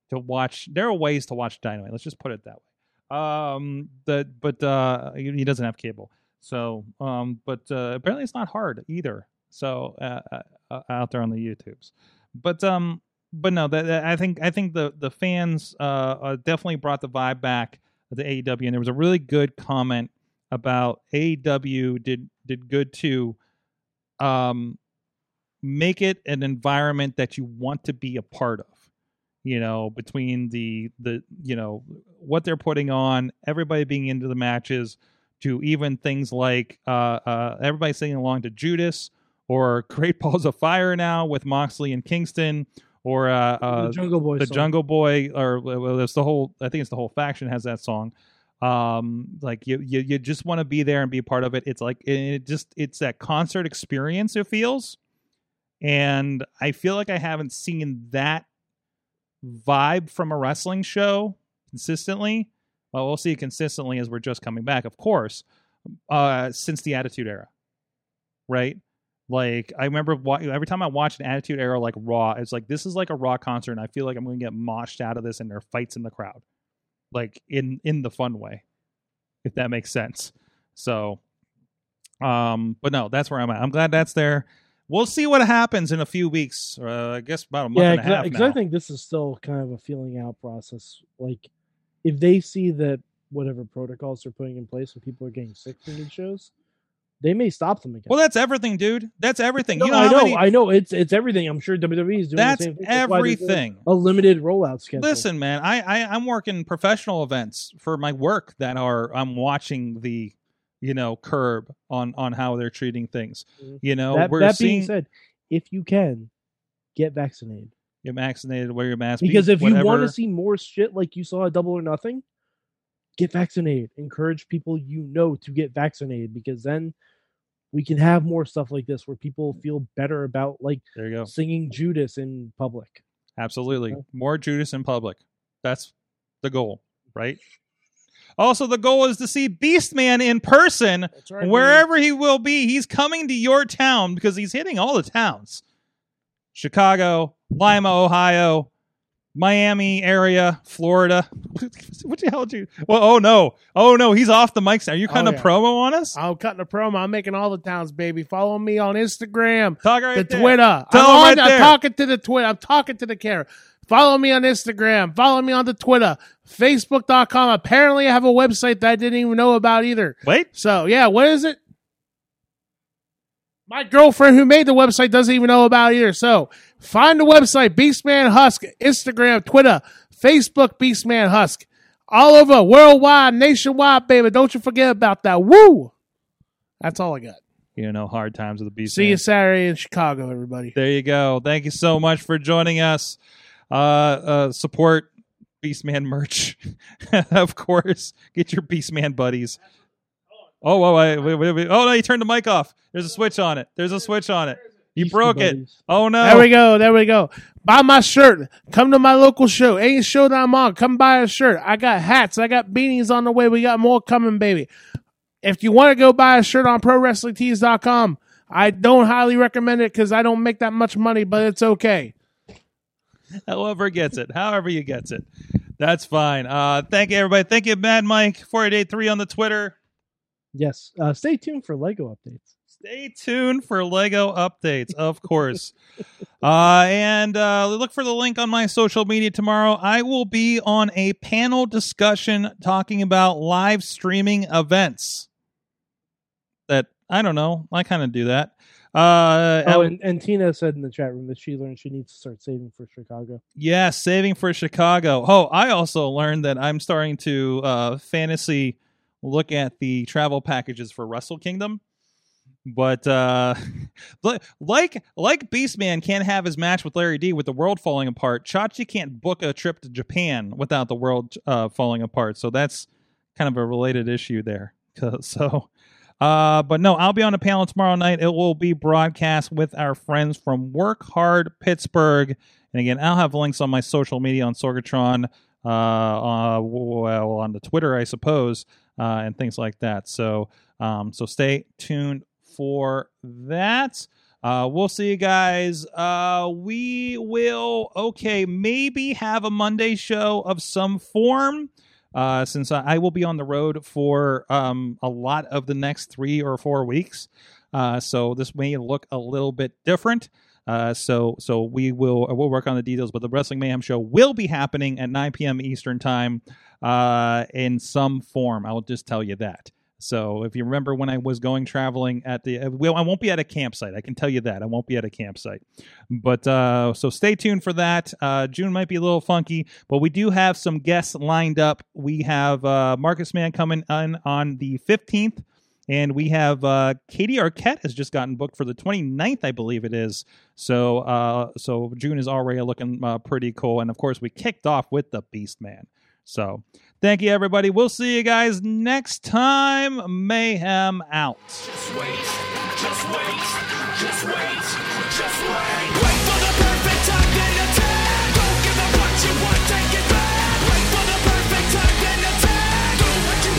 B: to watch. There are ways to watch Dynamite. Let's just put it that way. Um, the but uh, he he doesn't have cable, so um, but uh, apparently it's not hard either. So uh, uh, uh, out there on the YouTubes, but um, but no, that, that- I think I think the the fans uh, uh definitely brought the vibe back of the AEW, and there was a really good comment about AEW did did good to um make it an environment that you want to be a part of you know between the the you know what they're putting on everybody being into the matches to even things like uh uh everybody singing along to judas or *laughs* great balls of fire now with moxley and kingston or uh, uh
C: the Jungle Boy.
B: the
C: song.
B: Jungle Boy, or well, it's the whole. I think it's the whole faction has that song. Um, like you, you, you just want to be there and be a part of it. It's like it, it just, it's that concert experience. It feels, and I feel like I haven't seen that vibe from a wrestling show consistently. Well, we'll see it consistently as we're just coming back, of course. Uh, since the Attitude Era, right? Like I remember wa- every time I watched an Attitude Era like Raw, it's like this is like a Raw concert, and I feel like I'm going to get moshed out of this, and there are fights in the crowd, like in in the fun way, if that makes sense. So, um, but no, that's where I'm at. I'm glad that's there. We'll see what happens in a few weeks. Uh, I guess about a month
C: Yeah,
B: and a half.
C: because
B: now.
C: I think this is still kind of a feeling out process. Like, if they see that whatever protocols they're putting in place and people are getting sick from these shows, they may stop them again.
B: Well, that's everything, dude. That's everything.
C: No,
B: you know,
C: I
B: how
C: know,
B: many-
C: I know. It's it's everything. I'm sure WWE is doing. the
B: that's
C: same thing. That's why they're doing
B: everything.
C: A limited rollout schedule.
B: Listen, man, I, I I'm working professional events for my work that are I'm watching the you know curb on on how they're treating things.
C: Mhm.
B: You know,
C: that,
B: we're
C: that
B: seeing
C: being said, if you can get vaccinated,
B: you're vaccinated, wear your mask be
C: because if you want
B: whatever.
C: to see more shit like you saw at Double or Nothing, get vaccinated. Encourage people you know to get vaccinated because then we can have more stuff like this where people feel better about like
B: there you go.
C: singing Judas in public.
B: Absolutely.
C: Okay.
B: More Judas in public. That's the goal, right? Also, the goal is to see Beastman in person
D: That's right.
B: Wherever he will be, he's coming to your town because he's hitting all the towns. Chicago, Lima, Ohio, Miami area, Florida. *laughs* what the hell did you? Well, oh no, oh no, he's off the mics now. You cutting
D: Oh,
B: a
D: yeah.
B: promo on us?
D: I'm cutting a promo. I'm making all the towns, baby. Follow me on Instagram.
B: Talk right
D: the
B: there.
D: Twitter.
B: Tell him
D: I'm, on-
B: right
D: I'm
B: there.
D: talking to the Twitter. I'm talking to the camera. Follow me on Instagram. Follow me on the Twitter. Facebook.com. Apparently, I have a website that I didn't even know about either.
B: Wait,
D: So, yeah, what is it? My girlfriend who made the website doesn't even know about it either. So find the website, Beastman Husk, Instagram, Twitter, Facebook, Beastman Husk. All over, worldwide, nationwide, baby. Don't you forget about that. Woo! That's all I got.
B: You know, hard times with the beast.
D: See
B: man.
D: you Saturday in Chicago, everybody.
B: There you go. Thank you so much for joining us. Uh, uh, support Beastman merch, *laughs* of course. Get your Beastman buddies. Oh, oh, I, wait, wait, wait. oh no! You turned the mic off. There's a switch on it. There's a switch on it. You
C: Beastie
B: broke it.
C: Buddies.
B: Oh no!
D: There we go. There we go. Buy my shirt. Come to my local show. Any show that I'm on, come buy a shirt. I got hats. I got beanies on the way. We got more coming, baby. If you want to go buy a shirt on ProWrestlingTees.com, I don't highly recommend it because I don't make that much money, but it's okay.
B: *laughs* However gets it. However you gets it. That's fine. Uh, thank you everybody. Thank you, Mad Mike four eight eight three on the Twitter.
C: Yes. Uh, stay tuned for Lego updates.
B: stay tuned for lego updates of course *laughs* uh, and uh, look for the link on my social media tomorrow i will be on a panel discussion talking about live streaming events that i don't know i kind of do that uh,
C: Oh,
B: I-
C: and, and Tina said in the chat room that she learned she needs to start saving for Chicago.
B: Yeah, saving for Chicago. Oh, I also learned that I'm starting to uh, fantasy look at the travel packages for Wrestle Kingdom. But uh, *laughs* but like like Beastman can't have his match with Larry D with the world falling apart, Chachi can't book a trip to Japan without the world uh, falling apart. So that's kind of a related issue there. *laughs* So, uh, but no, I'll be on a panel tomorrow night. It will be broadcast with our friends from Work Hard Pittsburgh. And again, I'll have links on my social media on Sorgatron, uh, uh, well, on the Twitter, I suppose, uh, and things like that. So, um, so stay tuned for that. Uh, we'll see you guys. Uh, we will, okay, maybe have a Monday show of some form. Uh, since I, I will be on the road for um, a lot of the next three or four weeks, uh, so this may look a little bit different. Uh, so so we will uh, we'll work on the details, but the Wrestling Mayhem show will be happening at 9 p.m. Eastern time uh, in some form. I'll just tell you that. So if you remember when I was going traveling at the uh, well, I won't be at a campsite. I can tell you that I won't be at a campsite. But uh, so stay tuned for that. Uh, June might be a little funky, but we do have some guests lined up. We have uh, Marcus Mann coming on on the 15th. And we have uh, Katie Arquette has just gotten booked for the 29th, I believe it is. So, uh, so June is already looking uh, pretty cool, and of course, we kicked off with the Beast Man. So, thank you, everybody. We'll see you guys next time. Mayhem out.
A: Just wait, just wait, just wait, just wait. Wait for the perfect time, then attack. Don't give up what you want, take it back. Wait for the perfect time, then attack. Do what you